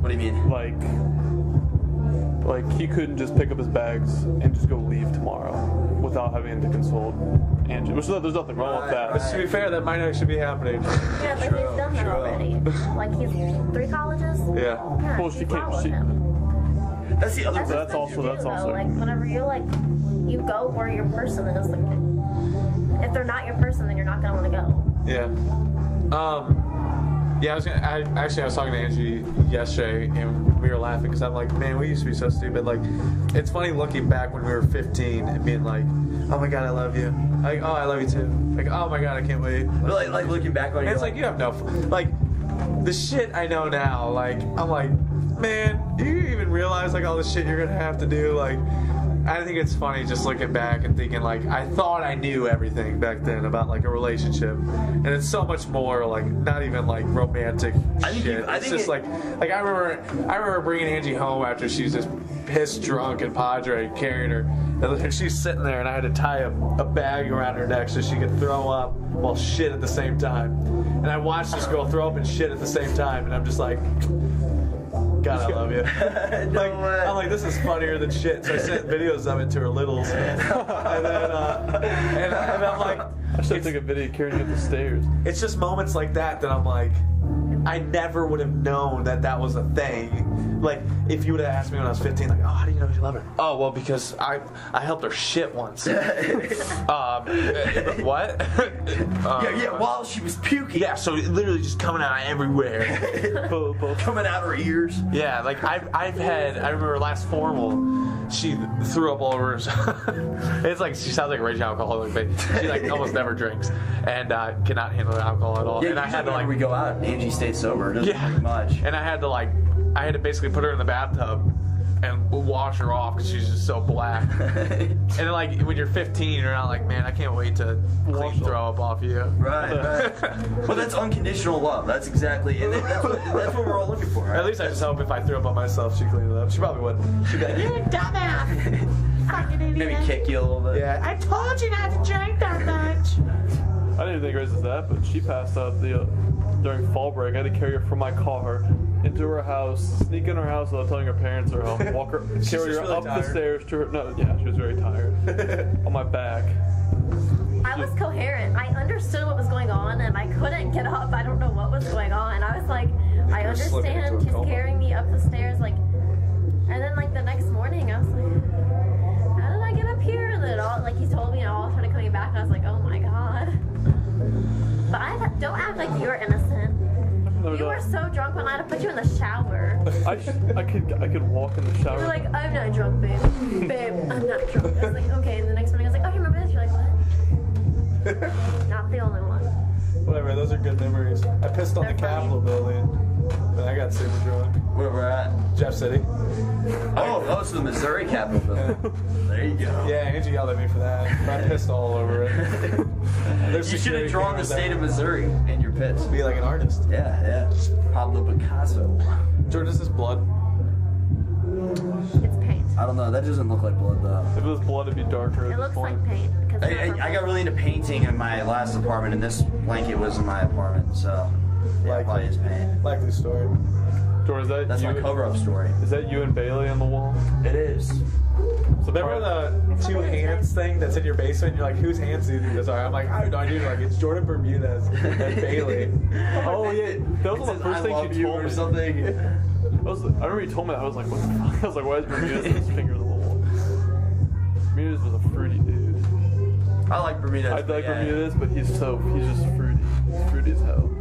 what do you mean Like, like he couldn't just pick up his bags and just go leave tomorrow without having to consult Angie. Which there's nothing wrong with But that. to be fair, that might actually be happening. yeah, like he's done that already. Like he's three colleges. Yeah. Yeah, Well, she she's can't- followed she- him. that's the other That's, that's what also- you do, that's though. also- Like whenever you're like, you go where your person is. Like, if they're not your person, then you're not gonna want to go. Yeah. Um. Yeah, I was gonna. I, actually, I was talking to Angie yesterday, and we were laughing because I'm like, man, we used to be so stupid. Like, it's funny looking back when we were 15 and being like, oh my god, I love you. Like, oh, I love you too. Like, oh my god, I can't wait. but like, like looking back on And it it's like you have no f- like the shit I know now. Like I'm like, man, do you even realize like all the shit you're gonna have to do? Like, I think it's funny just looking back and thinking like I thought I knew everything back then about like a relationship, and it's so much more like not even like romantic I think shit. you- I it's think just it- like like I remember I remember bringing Angie home after she's just pissed drunk and Padre carried her. And she's sitting there, and I had to tie a, a bag around her neck so she could throw up while shit at the same time. And I watched this girl throw up and shit at the same time, and I'm just like, God, I love you. like, way. I'm like, this is funnier than shit. So I sent videos of it to her littles, and then uh, and, and I'm like, I should take a video carrying up the stairs. it's just moments like that that I'm like, I never would have known that that was a thing. Like, if you would have asked me when I was 15, like, oh, how do you know you love her? Oh, well, because I I helped her shit once. um, what? Uh, yeah, yeah while she was puking yeah, so it literally just coming out everywhere. coming out her ears Yeah, like I've, I've had, I remember last formal, she threw up all over her. it's like, she sounds like a raging alcoholic, but she like almost never drinks and uh, cannot handle alcohol at all. yeah and I usually had to whenever like, we go out angie stays sober doesn't Yeah. drink much and I had to like, I had to basically put her in the bathtub and wash her off because she's just so black. and like when you're 15, you're not like, man, I can't wait to clean Wash off. throw up off you. Right, right. well, that's unconditional love. That's exactly, and that's what, that's what we're all looking for. Right? At least I just hope if I threw up on myself, she cleaned it up. She probably would. You dumbass. Fucking idiot. Maybe kick you a little bit. Yeah. I told you not to drink that much. I didn't think hers was that, but she passed out the uh, during fall break. I had to carry her from my car into her house, sneak in her house without telling her parents or home, walk her, carry just her really up tired. the stairs to her. No, yeah, she was very tired. on my back. I was coherent. I understood what was going on, and I couldn't get up. I don't know what was going on. I was like, I were slipping understand. into a He's coma. carrying me up the stairs, like, and then like the next morning, I was like, how did I get up here? And then it all like he told me, and it all started coming back, and I was like, oh my god. But I don't act like you're innocent. No, You no. were so drunk when I had to put you in the shower. I, sh- I could I could walk in the You shower. were like, I'm not drunk, babe. Babe, I'm not drunk. I was like, okay. And the next morning, I was like, oh, you remember this? You're like, what? not the only one. Whatever, those are good memories. I pissed on the They're funny. Capitol building, and I got super drunk. Where we're at. Jeff City. Oh, oh, so the Missouri Capitol Building. There you go. Yeah, Angie yelled at me for that. but I pissed all over it. There's You should security have drawn the cameras state of everywhere. Missouri in your pitch. Be like an artist. Yeah, yeah. Pablo Picasso. George, is this blood? It's paint. I don't know. That doesn't look like blood though. if it was blood, it'd be darker. at It this looks point. like paint. Cause I, I, I got really into painting in my last apartment, and this blanket was in my apartment, so yeah, Like- probably is paint. Likely story. Jordan, is that That's you? my cover-up story. Is that you and Bailey on the wall? It is. So remember the two hands thing that's in your basement? You're like, whose hands do these are? I'm like, I have no idea. Like, it's Jordan Bermudez and Bailey. Oh yeah, that was the It says, first I thing love she you told or me. something. I, was, I remember you told me that. I was like, what the fuck? I was like, why is Bermudez's finger on the wall? Bermudez was a fruity dude. I like Bermuda. I like yeah. Bermudez, but he's so he's just fruity. He's fruity as hell.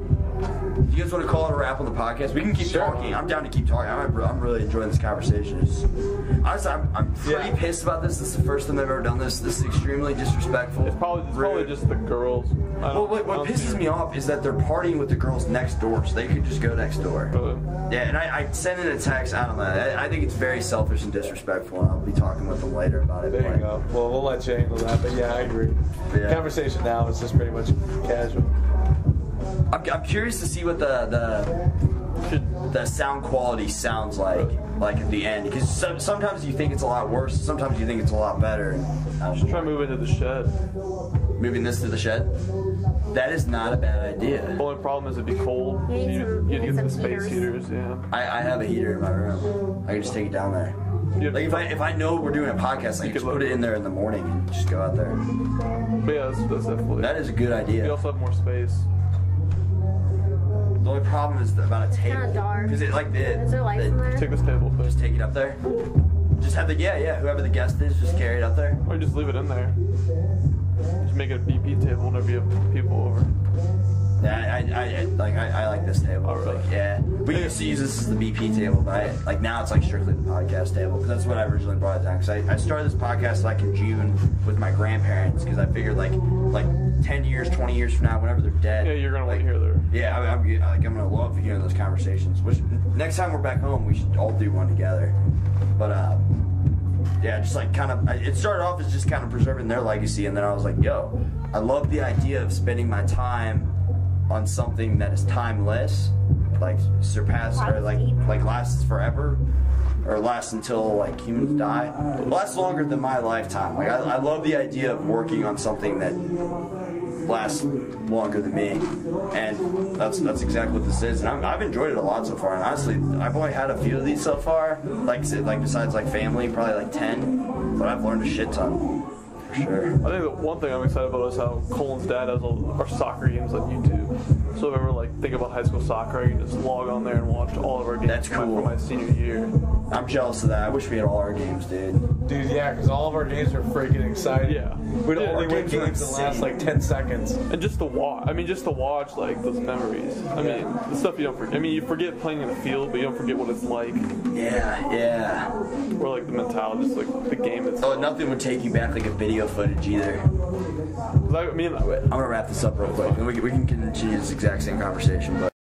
You guys want to call it a wrap on the podcast? We can keep talking. I'm down to keep talking. I'm, I'm really enjoying this conversation. It's- honestly, I'm, I'm pretty Yeah. pissed about this. This is the first time I've ever done this. This is extremely disrespectful. It's probably it's probably rude. just the girls. I Well, don't- what, I what don't see pisses her. me off is that they're partying with the girls next door, so they could just go next door. But Yeah, and I, I sent in a text. I don't know. I, I think it's very selfish and disrespectful, and I'll be talking with them later about it. There but- you go. Well, we'll let you handle that. But yeah, I agree. Yeah. Conversation now is just pretty much casual. I'm, I'm curious to see what the the the sound quality sounds like, like at the end, because so, sometimes you think it's a lot worse, sometimes you think it's a lot better. I don't know. try to move into the shed. Moving this to the shed, that is not a bad idea. The only problem is it'd be cold. You need some- you would need get some the space heaters. heaters. Yeah. I, I have a heater in my room. I can just take it down there. You- Like if I if I know we're doing a podcast, I can could just look. put it in there in the morning and just go out there. but yeah, that's, that's definitely. That is a good You idea. also have more space. The only problem is about a kinda table dark. because it like the, Is there lights in the there? Take this table, but just take it up there. Just have the yeah yeah whoever the guest is just carry it up there. or just leave it in there. Just make it a BP table whenever you have people over. Yeah, I, I, I like I, I like this table. Oh, really? Like, yeah, we used to use this as the BP table, but I, like now it's like strictly the podcast table. 'cause that's what I originally brought it down. Because I, I started this podcast like in June with my grandparents because I figured like like ten years, twenty years from now, whenever they're dead, Yeah, you're gonna like, want to hear their. Yeah, I, I'm like I'm gonna love hearing those conversations. Which next time we're back home, we should all do one together. But uh, yeah, just like kind of, I- it started off as just kind of preserving their legacy, and then I was like, yo, I love the idea of spending my time on something that is timeless, like surpass or like like lasts forever. Or lasts until like humans die. Lasts longer than my lifetime. Like I, I love the idea of working on something that last longer than me, and that's that's exactly what this is. And I'm, I've enjoyed it a lot so far. And honestly, I've only had a few of these so far. Like I said, like besides like family, probably like ten. But I've learned a shit ton, for sure. I think the one thing I'm excited about is how Colin's dad has all our soccer games on YouTube. So if I ever like think about high school soccer, I can just log on there and watch all of our games That's from my- cool. from my senior year. I'm jealous of that. I wish we had all our games, dude. Dude, yeah, because all of our games are freaking exciting. Yeah. We'd Yeah, only our win games are games in the last insane. like 10 seconds. And just to watch, I mean, just to watch like those memories. I mean, the stuff you don't forget. I mean, you forget playing in the field, but you don't forget what it's like, Yeah, yeah. or like the mentality, just like the game itself. Oh, nothing would take you back like a video footage either. I'm 'Cause I, I mean, gonna wrap this up real quick, and we, can- we can continue this exact same conversation, but.